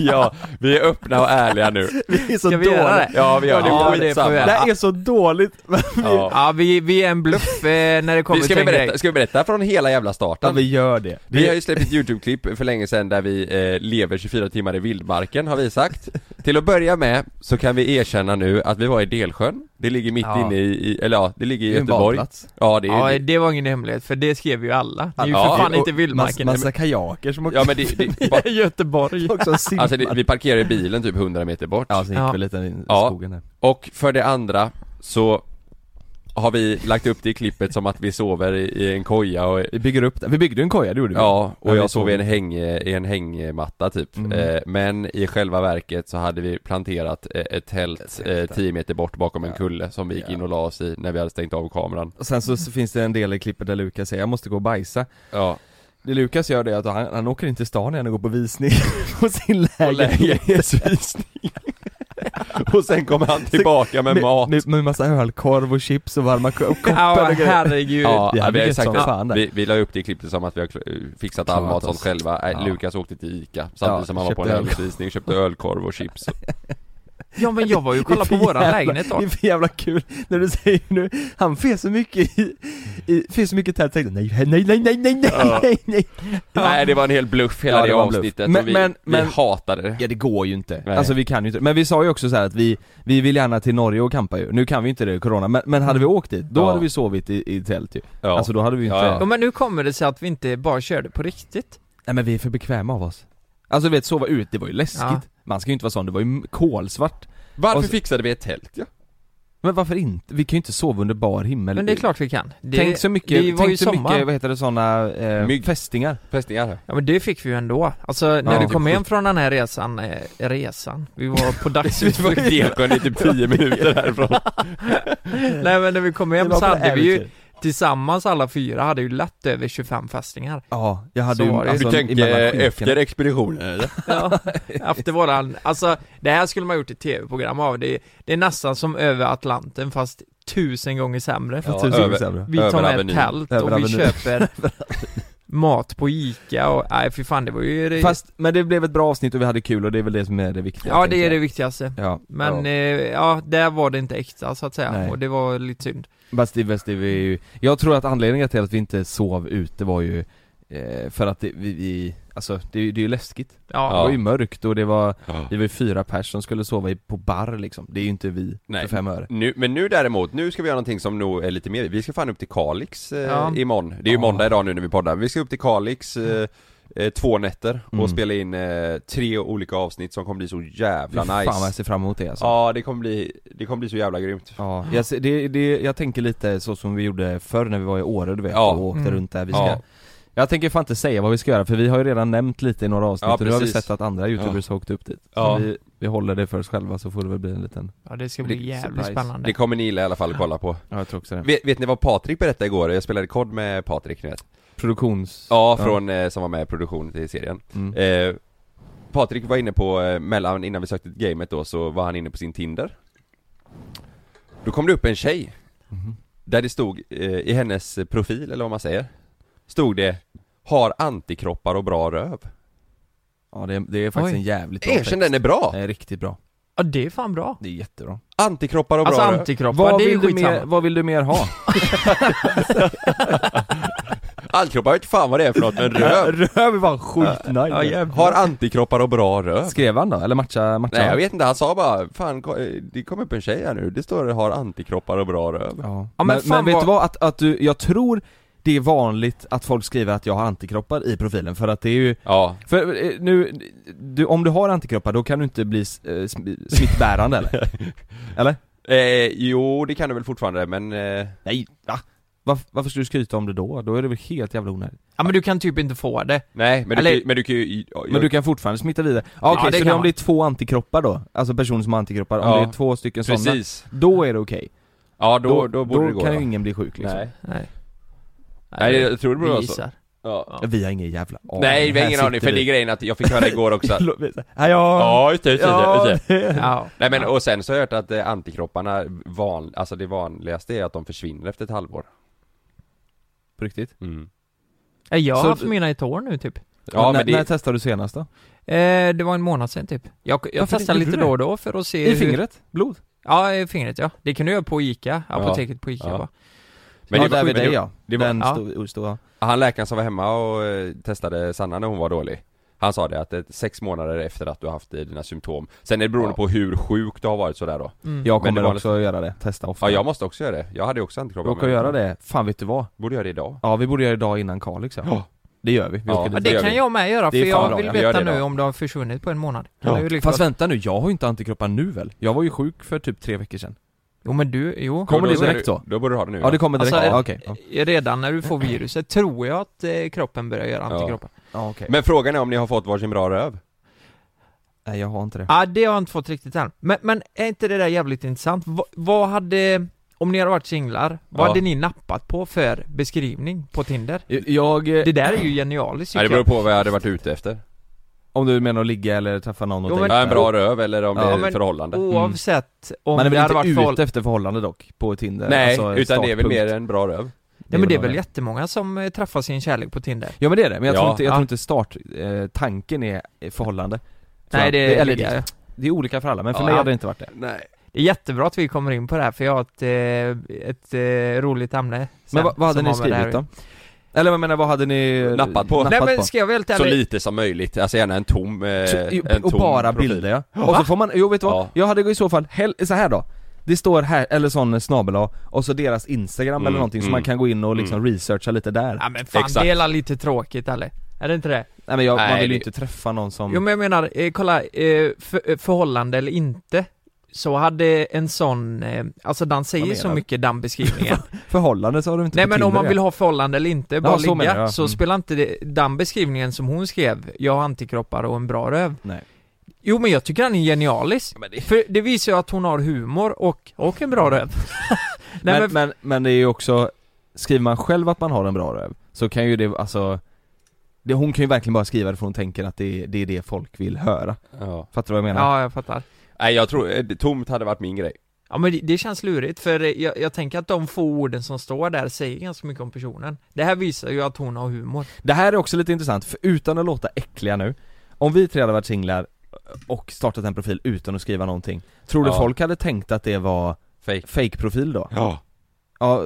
Speaker 4: Ja, vi är öppna och ärliga nu
Speaker 1: Vi är så
Speaker 2: Ska vi göra
Speaker 1: dåliga
Speaker 2: det?
Speaker 4: Ja vi gör det,
Speaker 2: Ja, det
Speaker 4: skitsamma
Speaker 2: får vi göra.
Speaker 1: Det här är så dåligt, men vi,
Speaker 4: Ja.
Speaker 2: Ja, vi, vi är en bluff eh, när det kommer
Speaker 4: Vi
Speaker 2: till
Speaker 4: ska, vi
Speaker 2: en grej.
Speaker 4: berätta, ska vi berätta från hela jävla
Speaker 1: ja,
Speaker 4: starten?
Speaker 1: vi gör det
Speaker 4: Vi har ju släppt ett YouTube-klipp för länge sedan där vi eh, lever 24 timmar i vildmarken har vi sagt Till att börja med så kan vi erkänna nu att vi var i Delsjön Det ligger mitt
Speaker 2: Ja.
Speaker 4: inne i, i, eller ja, det ligger i
Speaker 1: Det är en
Speaker 4: Göteborg
Speaker 1: badplats.
Speaker 4: Ja det är
Speaker 2: Ja,
Speaker 4: det.
Speaker 2: det var ingen hemlighet, för det skrev ju alla. Ni är ju
Speaker 4: Ja,
Speaker 2: för fan
Speaker 4: och
Speaker 2: inte i
Speaker 1: Massa,
Speaker 2: vildmarken.
Speaker 1: massa kajaker som åker
Speaker 4: Ja men det, det bara,
Speaker 2: I Göteborg.
Speaker 1: också simmar
Speaker 4: alltså det, vi parkerar i bilen typ 100 meter bort
Speaker 1: Ja så gick
Speaker 2: Ja.
Speaker 1: vi lite in i
Speaker 4: Ja.
Speaker 1: skogen här
Speaker 4: Och för det andra så har vi lagt upp det i klippet som att vi sover i, i en koja och
Speaker 1: Vi bygger upp den, vi byggde en koja det gjorde vi
Speaker 4: Ja,
Speaker 1: Ja,
Speaker 4: och
Speaker 1: vi
Speaker 4: jag sov i
Speaker 1: sov.
Speaker 4: en, häng, i en hängmatta typ
Speaker 1: Mm.
Speaker 4: eh, Men i själva verket så hade vi planterat eh, ett tält eh, 10 meter bort bakom en kulle som vi gick
Speaker 1: Ja.
Speaker 4: in och la oss i när vi hade stängt av kameran
Speaker 1: Och sen så s- finns det en del i klippet där Lukas säger jag måste gå och bajsa
Speaker 4: Ja,
Speaker 1: Det Lukas gör det är att han, han åker in till stan igen och går på visning på sin
Speaker 4: och
Speaker 1: lägenhet
Speaker 4: lägenhetsvisning Och sen kommer han tillbaka med
Speaker 1: med,
Speaker 4: mat
Speaker 1: Med, med massa ölkorv och chips och varma ko- och koppar
Speaker 2: Ja,
Speaker 1: och grejer
Speaker 2: herregud.
Speaker 4: Ja,
Speaker 1: det hade
Speaker 4: vi, har ju
Speaker 1: gett
Speaker 4: sagt
Speaker 1: som
Speaker 4: det.
Speaker 1: fan där.
Speaker 4: vi, vi la upp det i klippet som att vi har kl- fixat all
Speaker 1: Klarat
Speaker 4: mat sånt
Speaker 1: oss.
Speaker 4: själva Nej,
Speaker 1: Ja.
Speaker 4: Lukas åkte till Ica samtidigt
Speaker 1: Ja,
Speaker 4: som han var på en
Speaker 1: köpte ölkorv.
Speaker 4: ölvisning, köpte ölkorv och chips
Speaker 2: Ja men jag var ju och kollade
Speaker 1: Det
Speaker 2: på
Speaker 1: är för
Speaker 2: våran
Speaker 1: jävla-
Speaker 2: lägenhet
Speaker 1: Det
Speaker 2: då.
Speaker 1: är för jävla kul när du säger nu, han finns så mycket i, i finns så mycket tält, tänkte nej, nej, nej, nej, nej, nej,
Speaker 4: Ja.
Speaker 1: nej, nej
Speaker 4: Nej det var en hel bluff hela
Speaker 1: Ja,
Speaker 4: det,
Speaker 1: det var en bluff.
Speaker 4: avsnittet
Speaker 1: Men-
Speaker 4: och vi,
Speaker 1: men-
Speaker 4: vi
Speaker 1: men-
Speaker 4: hatade det
Speaker 1: Ja det går ju inte,
Speaker 4: Nej.
Speaker 1: alltså vi kan ju inte, men vi sa ju också så här att vi, vi vill gärna till Norge och campa ju, nu kan vi inte det, corona, men, men hade vi åkt dit, då
Speaker 4: Ja.
Speaker 1: hade vi sovit i, i tält ju
Speaker 4: Ja.
Speaker 1: Alltså då hade vi ju inte,
Speaker 4: Ja, ja.
Speaker 2: Ja, men nu kommer det sig att vi inte bara körde på riktigt.
Speaker 1: nej men vi är för bekväma av oss Alltså du vet, sova ut, det var ju läskigt,
Speaker 2: Ja.
Speaker 1: man ska ju inte vara sån, det var ju m- kolsvart
Speaker 4: Varför
Speaker 1: Och så-
Speaker 4: fixade vi ett tält? Ja.
Speaker 1: Men varför inte? Vi kan ju inte sova under bar himmel
Speaker 2: Men det är klart vi kan. Det,
Speaker 1: Tänk så mycket,
Speaker 2: det var ju
Speaker 1: tänk så
Speaker 2: sommar.
Speaker 1: mycket, vad heter det, såna eh,
Speaker 4: Mygg.
Speaker 1: fästingar
Speaker 4: Fästingar?
Speaker 2: Ja men det fick vi ju ändå. Alltså när
Speaker 1: Ja.
Speaker 2: vi kom hem från den här resan, eh, resan, vi var på dagsutflykt.
Speaker 4: Delsjön är typ 10 minuter härifrån
Speaker 2: Nej men när vi kom hem
Speaker 1: Det var på
Speaker 2: så hade vi ju
Speaker 1: äventyr.
Speaker 2: tillsammans alla fyra hade ju lätt över 25 fästingar.
Speaker 1: Ja, jag hade
Speaker 2: Så
Speaker 1: ju
Speaker 2: var det.
Speaker 1: alltså,
Speaker 4: Du tänker
Speaker 1: emellan skinkorna.
Speaker 4: efter expeditionen eller?
Speaker 2: Ja, efter våran, alltså det här skulle man ha gjort ett tv-program av. Det, det är nästan som över Atlanten fast tusen gånger sämre.
Speaker 1: Ja, tusen
Speaker 4: över-
Speaker 1: gånger sämre.
Speaker 2: Vi tar
Speaker 4: Över
Speaker 2: med
Speaker 4: Avenyn.
Speaker 2: tält och
Speaker 1: Över
Speaker 2: vi
Speaker 1: Avenyn.
Speaker 2: köper mat på Ica och, nej fy fan det var ju det,
Speaker 1: Fast, men det blev ett bra avsnitt och vi hade kul och det är väl det som är det viktiga
Speaker 2: Ja det
Speaker 1: tänker
Speaker 2: är
Speaker 1: jag.
Speaker 2: det viktigaste
Speaker 1: Ja,
Speaker 2: Men
Speaker 1: ja.
Speaker 2: ja. Eh, ja, där var det inte äkta så att säga
Speaker 1: Nej.
Speaker 2: och det var lite synd
Speaker 1: Fast det, fast det var ju, jag tror att anledningen till att vi inte sov ute var ju eh, För att det, vi, vi alltså det, är ju- det är ju läskigt
Speaker 2: Ja.
Speaker 1: Det var ju
Speaker 2: Ja.
Speaker 1: mörkt och det var, vi var ju fyra pers som skulle sova i, på bar liksom Det är ju inte vi
Speaker 4: Nej.
Speaker 1: för fem öre
Speaker 4: Nu, men nu däremot, nu ska vi göra någonting som nog är lite mer, vi ska fan upp till Kalix eh,
Speaker 1: Ja.
Speaker 4: imorgon. Det är ju
Speaker 1: Ja.
Speaker 4: måndag idag nu när vi poddar. Vi ska upp till Kalix eh, eh, två nätter och
Speaker 1: Mm.
Speaker 4: spela in eh, tre olika avsnitt som kommer bli så jävla
Speaker 1: Fy fan
Speaker 4: nice.
Speaker 1: vad jag ser fram emot det alltså
Speaker 4: Ja, det kommer bli, det kommer bli så jävla grymt.
Speaker 1: Ja, jag, ser- det, det, jag tänker lite så som vi gjorde förr när vi var i Åre du vet
Speaker 4: Ja.
Speaker 1: och åkte
Speaker 4: Mm.
Speaker 1: runt där vi ska
Speaker 4: Ja.
Speaker 1: Jag tänker fan inte säga vad vi ska göra för vi har ju redan nämnt lite i några avsnitt
Speaker 4: Ja,
Speaker 1: och nu har vi
Speaker 4: precis.
Speaker 1: sett att andra youtubers har åkt upp dit Så
Speaker 4: Ja.
Speaker 1: vi, vi håller det för oss själva så får det väl bli en liten
Speaker 2: Ja det ska bli jävligt spännande
Speaker 4: Det kommer ni gilla i alla fall att kolla på.
Speaker 1: Ja jag tror också det
Speaker 4: Vet, vet ni vad Patrik berättade igår? Jag spelade kod med Patrik, ni vet.
Speaker 1: Produktions...
Speaker 4: Ja, från, eh, som var med i produktionen till serien
Speaker 1: Mm.
Speaker 4: eh, Patrik var inne på, eh, mellan, innan vi sökte till gamet då, så var han inne på sin Tinder Då kom det upp en tjej Mhm. Där det stod, eh, i hennes profil eller vad man säger Stod det Har antikroppar och bra röv
Speaker 1: Ja det, det är faktiskt
Speaker 2: Oj.
Speaker 1: en jävligt bra
Speaker 4: Erkänn
Speaker 1: text.
Speaker 4: den är bra!
Speaker 1: Den är riktigt bra
Speaker 2: Ja det är fan bra
Speaker 1: Det är jättebra
Speaker 4: Antikroppar och bra
Speaker 2: Alltså
Speaker 4: röv
Speaker 2: antikroppar, det är ju
Speaker 1: du
Speaker 2: skitsamma
Speaker 1: mer, vad vill du mer ha?
Speaker 4: Antikroppar, jag vet fan vad det är för något, men röv
Speaker 1: Röv är bara skitnice
Speaker 4: Ja, jävlar. Har antikroppar och bra röv
Speaker 1: Skrev han då? Eller matcha, matcha?
Speaker 4: Nej jag vet inte, han sa bara 'Fan, ko- eh, det kom upp en tjej här nu, det står det har antikroppar och bra röv'
Speaker 1: Ja.
Speaker 2: Ja,
Speaker 1: men
Speaker 2: men
Speaker 1: men,
Speaker 2: fan
Speaker 1: vet
Speaker 2: vad-
Speaker 1: du vad? Att, att du, jag tror det är vanligt att folk skriver att jag har antikroppar i profilen för att det är ju
Speaker 4: Ja,
Speaker 1: För eh, nu, du, om du har antikroppar då kan du inte bli s- eh, sm- smittbärande eller? Eller?
Speaker 4: Eh, jo, det kan du väl fortfarande, men... Eh,
Speaker 1: Nej, va? Varf- varför skulle du skryta om det då? Då är det väl helt jävla onödigt?
Speaker 2: Ja men du kan typ inte få det
Speaker 4: nej, men du,
Speaker 2: Eller-
Speaker 4: kan ju- men du kan ju... ja,
Speaker 1: Men du kan fortfarande smitta vidare? Ja, okej,
Speaker 2: Ja, det
Speaker 1: så
Speaker 2: kan
Speaker 1: det är om
Speaker 2: man.
Speaker 1: det är två antikroppar då? Alltså personer som har antikroppar, om
Speaker 4: Ja.
Speaker 1: det är två stycken sådana,
Speaker 4: Precis.
Speaker 1: då är det okej?
Speaker 4: Ja, då, då, borde det gå
Speaker 1: kan
Speaker 4: va?
Speaker 1: ju ingen bli sjuk liksom
Speaker 4: Nej.
Speaker 2: Nej
Speaker 4: Nej, det- jag tror det beror
Speaker 2: vi
Speaker 4: alltså.
Speaker 2: gissar.
Speaker 4: Ja.
Speaker 1: Vi har ingen jävla aning,
Speaker 4: Nej, vi har
Speaker 1: Här
Speaker 4: ingen aning,
Speaker 1: sitter
Speaker 4: för det
Speaker 1: vi.
Speaker 4: är grejen att jag fick höra igår också att...
Speaker 1: Ja, ja,
Speaker 4: Ja, just det, just det,
Speaker 1: ja,
Speaker 4: just
Speaker 1: det.
Speaker 2: Ja,
Speaker 4: Nej men, och sen så har jag hört att eh, antikropparna, van, alltså det vanligaste är att de försvinner efter ett halvår
Speaker 1: På riktigt?
Speaker 4: mm.
Speaker 2: Nej, jag
Speaker 1: Så-
Speaker 2: har haft mina i ett år nu typ
Speaker 4: Ja
Speaker 1: när,
Speaker 4: men det...
Speaker 1: när testade du senast då?
Speaker 2: eh, Det var en månad sedan typ Jag, jag
Speaker 1: Varför
Speaker 2: testade
Speaker 1: gjorde
Speaker 2: lite
Speaker 1: du det?
Speaker 2: då och då för att se
Speaker 1: I
Speaker 2: hur-
Speaker 1: fingret? Blod?
Speaker 2: Ja, i fingret ja. Det kan du göra på Ica, apoteket på Ica
Speaker 4: Ja.
Speaker 2: bara.
Speaker 1: Men
Speaker 4: Men
Speaker 1: ja,
Speaker 4: det var-
Speaker 1: där vid
Speaker 4: men
Speaker 1: dig
Speaker 4: det-
Speaker 1: ja,
Speaker 4: det var-
Speaker 1: den
Speaker 2: Ja.
Speaker 1: stod, stod, ja.
Speaker 4: Han läkaren som var hemma och eh, testade Sanna när hon var dålig Han sa det att eh, sex månader efter att du har haft eh, dina symptom Sen är det beroende
Speaker 1: Ja.
Speaker 4: på hur sjuk du har varit sådär då
Speaker 1: Jag
Speaker 4: Men det
Speaker 1: kommer
Speaker 4: var
Speaker 1: också göra det, testa ofta
Speaker 4: Ja jag måste också göra det, jag hade också antikroppar
Speaker 1: Råkar
Speaker 4: men-
Speaker 1: göra det, fan vet du vad?
Speaker 4: Borde göra det idag
Speaker 1: Ja vi borde göra idag innan Kalix ja.
Speaker 4: Ja.
Speaker 1: Det gör vi, vi
Speaker 4: Ja.
Speaker 1: åker
Speaker 2: Ja,
Speaker 1: dit.
Speaker 4: det gör
Speaker 2: det kan
Speaker 4: vi.
Speaker 2: jag med göra,
Speaker 1: Det
Speaker 2: för
Speaker 1: är
Speaker 4: fan
Speaker 2: jag
Speaker 4: bra,
Speaker 2: vill
Speaker 4: ja. Gör
Speaker 2: veta
Speaker 4: det
Speaker 2: nu
Speaker 4: då.
Speaker 2: om de har försvunnit på en månad.
Speaker 4: Ja.
Speaker 2: Det är ju lika
Speaker 1: Fast
Speaker 2: bra.
Speaker 1: vänta nu, jag har ju inte antikroppar nu väl? Jag var ju sjuk för typ tre veckor sedan
Speaker 2: Jo men du, jo.
Speaker 1: Kommer
Speaker 4: Då-
Speaker 1: det
Speaker 4: då-
Speaker 1: direkt
Speaker 4: då?
Speaker 1: då?
Speaker 4: Då borde du ha det nu
Speaker 1: Ja det kommer direkt,
Speaker 2: Alltså,
Speaker 1: ja okej
Speaker 4: eh,
Speaker 1: ja.
Speaker 2: Redan när du får viruset tror jag att eh, kroppen börjar göra
Speaker 4: Ja.
Speaker 2: antikroppar. Ja.
Speaker 1: ja okej
Speaker 4: Men frågan är om ni har fått varsin bra röv?
Speaker 1: Nej jag har inte det
Speaker 4: Ah.
Speaker 2: det har jag inte fått riktigt än. Men, men är inte det där jävligt intressant? Va, vad hade, om ni hade varit singlar, vad
Speaker 4: Ja.
Speaker 2: hade ni nappat på för beskrivning på Tinder?
Speaker 1: Jag,
Speaker 2: Det där är ju genialiskt
Speaker 4: Nej det
Speaker 2: tycker
Speaker 4: beror
Speaker 2: jag.
Speaker 4: på vad jag hade varit ute efter
Speaker 1: om du menar att ligga eller träffa någon och
Speaker 2: Jo,
Speaker 1: tänka-
Speaker 4: Ja, en bra röv eller om det
Speaker 2: Ja,
Speaker 4: är
Speaker 2: men
Speaker 4: ett förhållande
Speaker 1: Oh.
Speaker 2: Oavsett om
Speaker 1: Man är
Speaker 2: det hade
Speaker 1: väl
Speaker 2: varit
Speaker 1: inte
Speaker 2: förhåll-
Speaker 1: ute efter förhållande dock, på Tinder?
Speaker 4: Nej,
Speaker 1: Alltså,
Speaker 4: utan det är väl
Speaker 1: startpunkt.
Speaker 4: mer en bra röv
Speaker 2: Nej men det är
Speaker 1: nog
Speaker 2: väl jättemånga som eh, träffar sin kärlek på Tinder?
Speaker 1: Ja men det är det, men jag
Speaker 4: Ja.
Speaker 1: tror inte, jag
Speaker 2: Ja.
Speaker 1: tror inte start, eh, tanken är eh, förhållande Tror
Speaker 2: Nej
Speaker 1: jag.
Speaker 2: det,
Speaker 1: eller
Speaker 2: ligger-
Speaker 1: det, E det är olika för alla, men för
Speaker 2: Ja.
Speaker 1: mig hade det inte varit det
Speaker 4: Nej
Speaker 2: det är jättebra att vi kommer in på det här för jag har ett, eh, ett eh, roligt ämne sen,
Speaker 1: Men vad, vad hade
Speaker 2: som
Speaker 1: ni
Speaker 2: har med det här
Speaker 1: skrivit då? Eller jag menar vad hade ni eh,
Speaker 4: Nappat på.
Speaker 2: Nej men ska jag vara helt
Speaker 4: Så
Speaker 2: ärlig?
Speaker 4: lite som möjligt, alltså gärna en tom, eh,
Speaker 1: Så-
Speaker 4: en tom
Speaker 1: och bara
Speaker 4: profil.
Speaker 1: bilder ja. Och så får man, jo vet du vad?
Speaker 4: Ja.
Speaker 1: Jag hade i så fall, hell, så här då Det står här, eller sån snabel och så deras instagram
Speaker 4: Mm,
Speaker 1: eller någonting så
Speaker 4: mm,
Speaker 1: man kan gå in och liksom researcha lite där
Speaker 2: Ja men fan
Speaker 4: Exakt.
Speaker 2: det är la lite tråkigt eller? Är det inte det?
Speaker 1: Nej men jag, man
Speaker 4: Nej,
Speaker 1: vill ju
Speaker 4: det-
Speaker 1: inte träffa någon som...
Speaker 2: Jo men jag menar, eh, kolla, eh, för, eh, förhållande eller inte så hade en sån, eh, alltså den säger så
Speaker 1: menar du?
Speaker 2: mycket den beskrivningen
Speaker 1: Förhållande så har du inte
Speaker 2: Nej
Speaker 1: på
Speaker 2: men om
Speaker 1: Tinder,
Speaker 2: man
Speaker 1: ja.
Speaker 2: vill ha förhållande eller inte, bara
Speaker 1: Ja, så menar
Speaker 2: ligga,
Speaker 1: jag.
Speaker 2: så
Speaker 1: Mm.
Speaker 2: spelar inte det, den beskrivningen som hon skrev, jag har antikroppar och en bra röv
Speaker 1: Nej.
Speaker 2: Jo men jag tycker han är genialisk,
Speaker 4: Ja, men det-
Speaker 2: för det visar ju att hon har humor och, och en bra röv Nej
Speaker 1: men,
Speaker 2: men,
Speaker 1: men, men, det är ju också, skriver man själv att man har en bra röv, så kan ju det, alltså det, Hon kan ju verkligen bara skriva det för hon tänker att det, är- det är det folk vill höra
Speaker 4: Ja.
Speaker 1: Fattar du vad jag menar?
Speaker 2: ja jag fattar
Speaker 4: Nej jag tror, eh, det- tomt hade varit min grej
Speaker 2: Ja men det, det känns lurigt för eh, jag, jag tänker att de få orden som står där säger ganska mycket om personen Det här visar ju att hon har humor
Speaker 1: Det här är också lite intressant, för utan att låta äckliga nu Om vi tre hade varit singlar och startat en profil utan att skriva någonting Tror du
Speaker 4: Ja.
Speaker 1: folk hade tänkt att det var
Speaker 4: Fake.
Speaker 1: fake-profil då?
Speaker 4: Ja.
Speaker 1: Ja,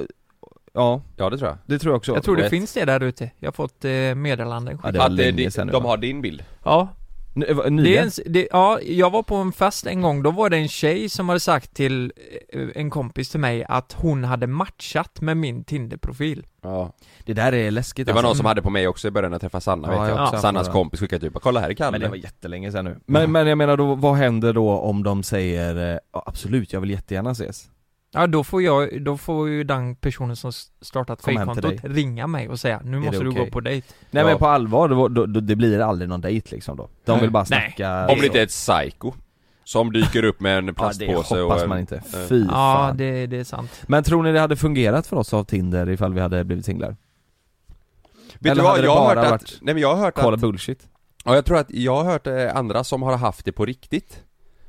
Speaker 1: ja
Speaker 4: Ja det tror jag
Speaker 1: Det tror jag också
Speaker 2: Jag tror det
Speaker 1: Vet.
Speaker 2: finns det där ute, jag har fått eh, meddelanden
Speaker 1: Ja, det var
Speaker 4: Att det är
Speaker 1: länge
Speaker 4: din-
Speaker 1: sedan nu,
Speaker 4: de
Speaker 1: va?
Speaker 4: har din bild?
Speaker 2: Ja
Speaker 1: N- eh, vad-
Speaker 2: det är
Speaker 1: Nyligen?
Speaker 2: en, s- det, ja, jag var på en fest en gång, då var det en tjej som hade sagt till eh, en kompis till mig att hon hade matchat med min Tinder-profil
Speaker 4: Ja
Speaker 1: Det där är läskigt
Speaker 4: Det var
Speaker 1: alltså.
Speaker 4: någon som hade på mig också i början när jag träffade Sanna
Speaker 1: Ja,
Speaker 4: vet
Speaker 1: jag har
Speaker 4: jag.
Speaker 1: också haft
Speaker 4: Sannas
Speaker 1: några.
Speaker 4: kompis skickade typ bara, 'Kolla här är Kalle'
Speaker 1: Men det var jättelänge sedan nu Men, men jag menar då, vad händer då om de säger eh, "Ja, absolut, jag vill jättegärna ses?
Speaker 2: Ja då får jag, då får ju den personen som s- startat
Speaker 1: Kom hem till
Speaker 2: fejkkontot ringa mig och säga nu
Speaker 1: Är
Speaker 2: måste
Speaker 1: det
Speaker 2: du gå
Speaker 1: okej?"
Speaker 2: på dejt
Speaker 1: Nej
Speaker 2: Ja.
Speaker 1: men på allvar, då, då, då, det blir aldrig någon dejt liksom då? De vill bara
Speaker 2: Nej.
Speaker 1: snacka liksom.
Speaker 4: Om det inte är ett psycho Som dyker upp med en plastpåse och
Speaker 1: hoppas
Speaker 4: en,
Speaker 1: man inte.
Speaker 4: eh,
Speaker 1: Fy
Speaker 2: Ja
Speaker 1: fan.
Speaker 2: det, det är sant
Speaker 1: Men tror ni det hade fungerat för oss av Tinder ifall vi hade blivit singlar?
Speaker 4: Vet du
Speaker 1: Eller
Speaker 4: vad,
Speaker 1: hade det
Speaker 4: jag har
Speaker 1: bara
Speaker 4: hört att,
Speaker 1: varit
Speaker 4: nej men jag har hört
Speaker 1: kolla
Speaker 4: att
Speaker 1: bullshit?
Speaker 4: Ja jag tror att, jag har hört eh, andra som har haft det på riktigt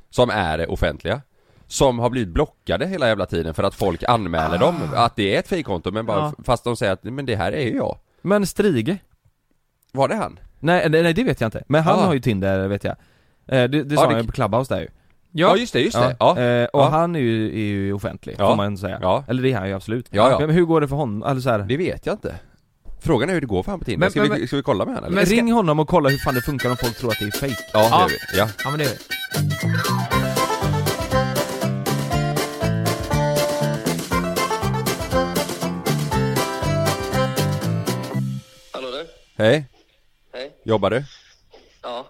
Speaker 4: Som är eh, offentliga Som har blivit blockade hela jävla tiden för att folk anmäler dem Att det är ett fejkkonto men bara,
Speaker 1: Ah. Ja.
Speaker 4: f- fast de säger att, men det här är ju jag
Speaker 1: Men Strige?
Speaker 4: Var det han?
Speaker 1: Nej, eh, nej, nej det vet jag inte, men han
Speaker 4: Ah.
Speaker 1: har ju Tinder vet jag eh, Det, det
Speaker 4: Ja,
Speaker 1: sa
Speaker 4: det-
Speaker 1: han ju på Clubhouse där ju
Speaker 4: Ja, just det, just det. Ja.
Speaker 1: eh, Och
Speaker 4: Ja.
Speaker 1: han är ju, är ju offentlig,
Speaker 4: Ja.
Speaker 1: får man säga
Speaker 4: Ja.
Speaker 1: Eller det är han ju absolut
Speaker 4: Ja, ja.
Speaker 1: Men hur går det för honom? Alltså, så här...
Speaker 4: Det vet jag inte Frågan är hur det går för han på Tinder,
Speaker 1: Men-
Speaker 4: ska,
Speaker 1: men-
Speaker 4: vi,
Speaker 1: men-
Speaker 4: ska vi kolla med honom
Speaker 1: Men
Speaker 4: eller?
Speaker 1: ring honom och kolla hur fan det funkar om folk tror att det är fake.
Speaker 4: Ja, det gör vi. Ja.
Speaker 2: Ja men det är
Speaker 14: Hallå du?
Speaker 4: Hej,
Speaker 14: Hej.
Speaker 4: jobbar du?
Speaker 14: Ja.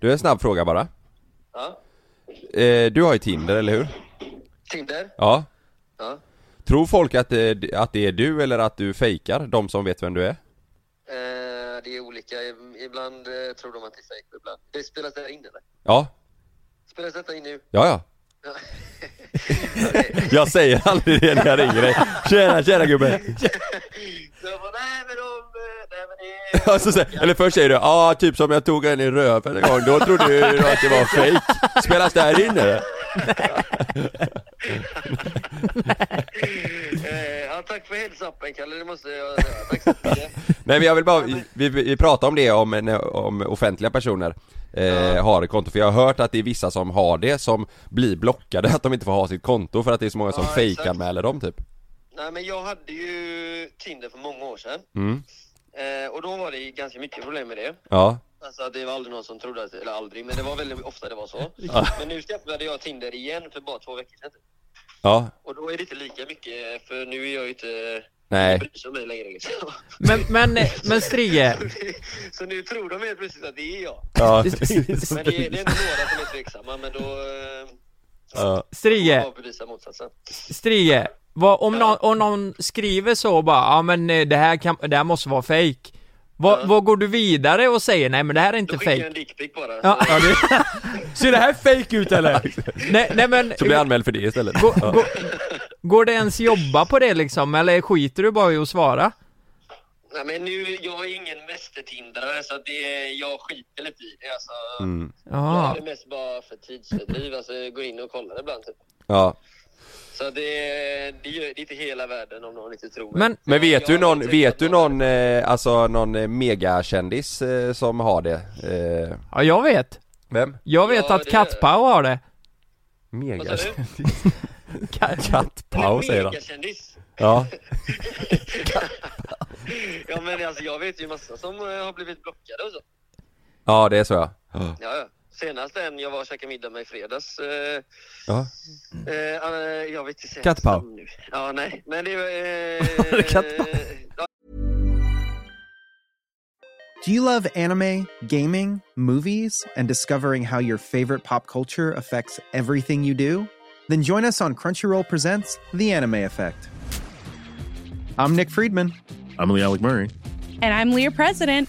Speaker 4: Du, en snabb fråga bara
Speaker 14: Ja.
Speaker 4: eh, Du har ju Tinder, eller hur?
Speaker 14: Tinder?
Speaker 4: Ja
Speaker 14: Ja.
Speaker 4: Tror folk att, eh, d- att det är du eller att du fejkar, de som vet vem du är?
Speaker 14: Eh, det är olika. Ibland eh, tror de att det är fake, ibland. Det spelas det här in eller?
Speaker 4: Ja,
Speaker 14: Spelas detta in nu?
Speaker 4: ja, ja
Speaker 14: Ja.
Speaker 4: Jag säger aldrig det när jag ringer dig Tjena, tjena gubben
Speaker 14: Jag bara, nej men de, eh, nej men det är...
Speaker 4: Och så säger, Eller först säger du ah, typ som jag tog en i röven en gång, då trodde du att det var fejk Spelas det här in eller?
Speaker 14: eh, ja, tack för hälsappen Kalle, det måste jag säga. Tack så mycket.
Speaker 4: Nej men jag vill bara, vi, vi pratar om det om, en- om offentliga personer eh, har ett konto, för jag har hört att det är vissa som har det som blir blockade, att de inte får ha sitt konto för att det är så många som
Speaker 14: Ja, exakt.
Speaker 4: fejkanmäler dem typ
Speaker 14: Nej men jag hade ju Tinder för många år sedan.
Speaker 4: mm.
Speaker 14: Eh, och då var det ganska mycket problem med det.
Speaker 4: Ja,
Speaker 14: Alltså det var aldrig någon som trodde att, eller aldrig, men det var väldigt ofta det var så.
Speaker 4: Ja.
Speaker 14: Men nu skaffade jag Tinder igen för bara två veckor sedan.
Speaker 4: ja,
Speaker 14: Och då är det inte lika mycket, för nu är jag ju inte...
Speaker 4: Nej.
Speaker 14: jag bryr sig om mig längre liksom.
Speaker 2: Men, men, men Strige
Speaker 14: Så nu tror de helt plötsligt att det är jag.
Speaker 4: Ja, precis.
Speaker 14: men det är, det är ändå några som är tveksamma, men då... eh,
Speaker 4: ja.
Speaker 2: Strige.
Speaker 14: får man bevisa motsatsen.
Speaker 2: Strige, vad, om, någon, om någon skriver så och bara ja men eh, det här, kan, det här måste vara fake vad, vad går du vidare och säger nej men det här är inte
Speaker 14: Då skickar jag en
Speaker 2: fake?
Speaker 14: dickpic bara.
Speaker 2: Ja.
Speaker 14: Så-
Speaker 1: Ser det här fake ut eller?
Speaker 2: nej, nej men
Speaker 4: så blir jag anmäld för det istället
Speaker 2: Gå-
Speaker 4: ja.
Speaker 2: gå- Går det ens jobba på det liksom, eller skiter du bara i att svara?
Speaker 14: Nej men nu, jag är ingen mästertindrare så det är, jag skiter lite i det alltså.
Speaker 4: Mm.
Speaker 14: Jag
Speaker 2: Ja.
Speaker 14: är det mest bara för tidsfördriv, alltså jag går in och kollar ibland typ.
Speaker 4: ja.
Speaker 14: Så det, det, gör, det är inte hela världen om någon inte tror mig.
Speaker 4: Men, vet du
Speaker 14: jag har
Speaker 4: någon,
Speaker 14: inte
Speaker 4: vet du någon, eh, alltså någon eh, megakändis eh, som har det? Eh,
Speaker 2: Ja, jag vet.
Speaker 4: vem?
Speaker 2: Jag vet
Speaker 14: Ja,
Speaker 2: att
Speaker 14: det-
Speaker 2: Kattpau har det.
Speaker 4: Megakändis?
Speaker 14: Paus
Speaker 4: Kattpaus säger han
Speaker 14: Megakändis.
Speaker 4: Ja,
Speaker 14: ja men alltså jag vet ju massa som eh, har blivit blockade och så.
Speaker 4: ja det är så ja
Speaker 14: Ja, ja. Senast en jag var och käkade middag med i fredags. Eh,
Speaker 4: Ja,
Speaker 14: eh, eh, jag vet inte säga
Speaker 1: Kattpaus.
Speaker 14: hans namn nu. Ja nej, men det var... Eh,
Speaker 1: Var det Kattpaus?
Speaker 14: ja,
Speaker 10: Do you love anime, gaming, movies, and discovering how your favorite pop culture affects everything you do? Then join us on Crunchyroll Presents The Anime Effect. I'm Nick Friedman.
Speaker 11: I'm Lee Alec Murray.
Speaker 12: And I'm Leah President.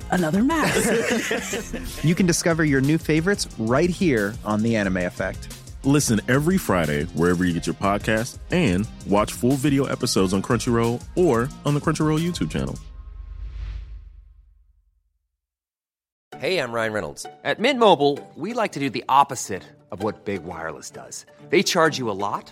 Speaker 12: another mask.
Speaker 10: You can discover your new favorites right here on The Anime Effect.
Speaker 11: Listen every Friday wherever you get your podcast and watch full video episodes on Crunchyroll or on the Crunchyroll YouTube channel.
Speaker 7: Hey, I'm Ryan Reynolds. At Mint Mobile, we like to do the opposite of what Big Wireless does. They charge you a lot,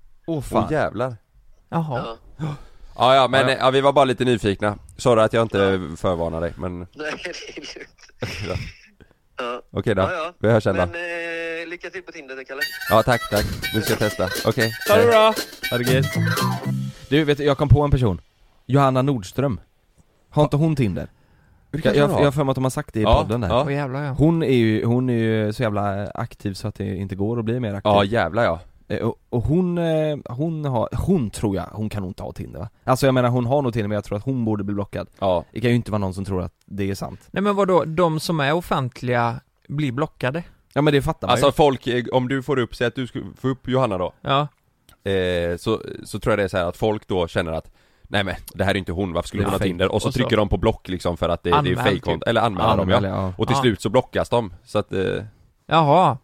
Speaker 1: Åh oh,
Speaker 4: Åh jävlar.
Speaker 2: Jaha.
Speaker 4: Ja, ja men
Speaker 14: Ja,
Speaker 4: ja,
Speaker 14: ja.
Speaker 4: vi var bara lite nyfikna. Sorry att jag inte förvarnade dig men...
Speaker 14: Nej, det är lugnt.
Speaker 4: Ja.
Speaker 14: Ja.
Speaker 4: Okej då,
Speaker 14: Ja, ja.
Speaker 4: vi hörs sen då.
Speaker 14: Men eh, lycka till på Tinder, Kalle.
Speaker 4: Ja tack, tack. Nu ska jag testa. Okej.
Speaker 14: Ha det bra.
Speaker 1: Ha det gött. Du, vet du, jag kom på en person. Johanna Nordström. Har inte hon Tinder?
Speaker 4: Det
Speaker 1: Jag,
Speaker 4: kanske
Speaker 1: jag
Speaker 4: hon har.
Speaker 1: jag har för mig att de har sagt det i
Speaker 4: Ja,
Speaker 1: podden där.
Speaker 4: ja. Åh,
Speaker 2: jävlar, ja.
Speaker 1: Hon, är ju, hon är ju så jävla aktiv så att det inte går att bli mer aktiv.
Speaker 4: Ja jävlar ja.
Speaker 1: Eh, Och, och hon, eh, hon har, hon tror jag, hon kan nog inte ha Tinder va? Alltså jag menar hon har nog Tinder men jag tror att hon borde bli blockad.
Speaker 4: Ja.
Speaker 1: Det kan ju inte vara någon som tror att det är sant.
Speaker 2: Nej men vadå, de som är offentliga blir blockade?
Speaker 1: Ja men det fattar man
Speaker 4: Alltså
Speaker 1: ju.
Speaker 4: folk, eh, om du får upp, säg att du ska få upp Johanna då.
Speaker 2: Ja.
Speaker 4: Eh, så, så tror jag det är så här att folk då känner att Nej men det här är inte hon, varför skulle
Speaker 1: Det är
Speaker 4: hon ha
Speaker 1: fake.
Speaker 4: Tinder? Och så
Speaker 1: Och så-
Speaker 4: trycker de på block liksom för att det, det är
Speaker 2: Anmäl,
Speaker 4: fejkkonto,
Speaker 2: typ.
Speaker 4: eller anmäler dem ja.
Speaker 1: Anmäl, ja.
Speaker 4: Och till
Speaker 2: Ja.
Speaker 4: slut så blockas de, så att eh,
Speaker 2: Jaha. Ja,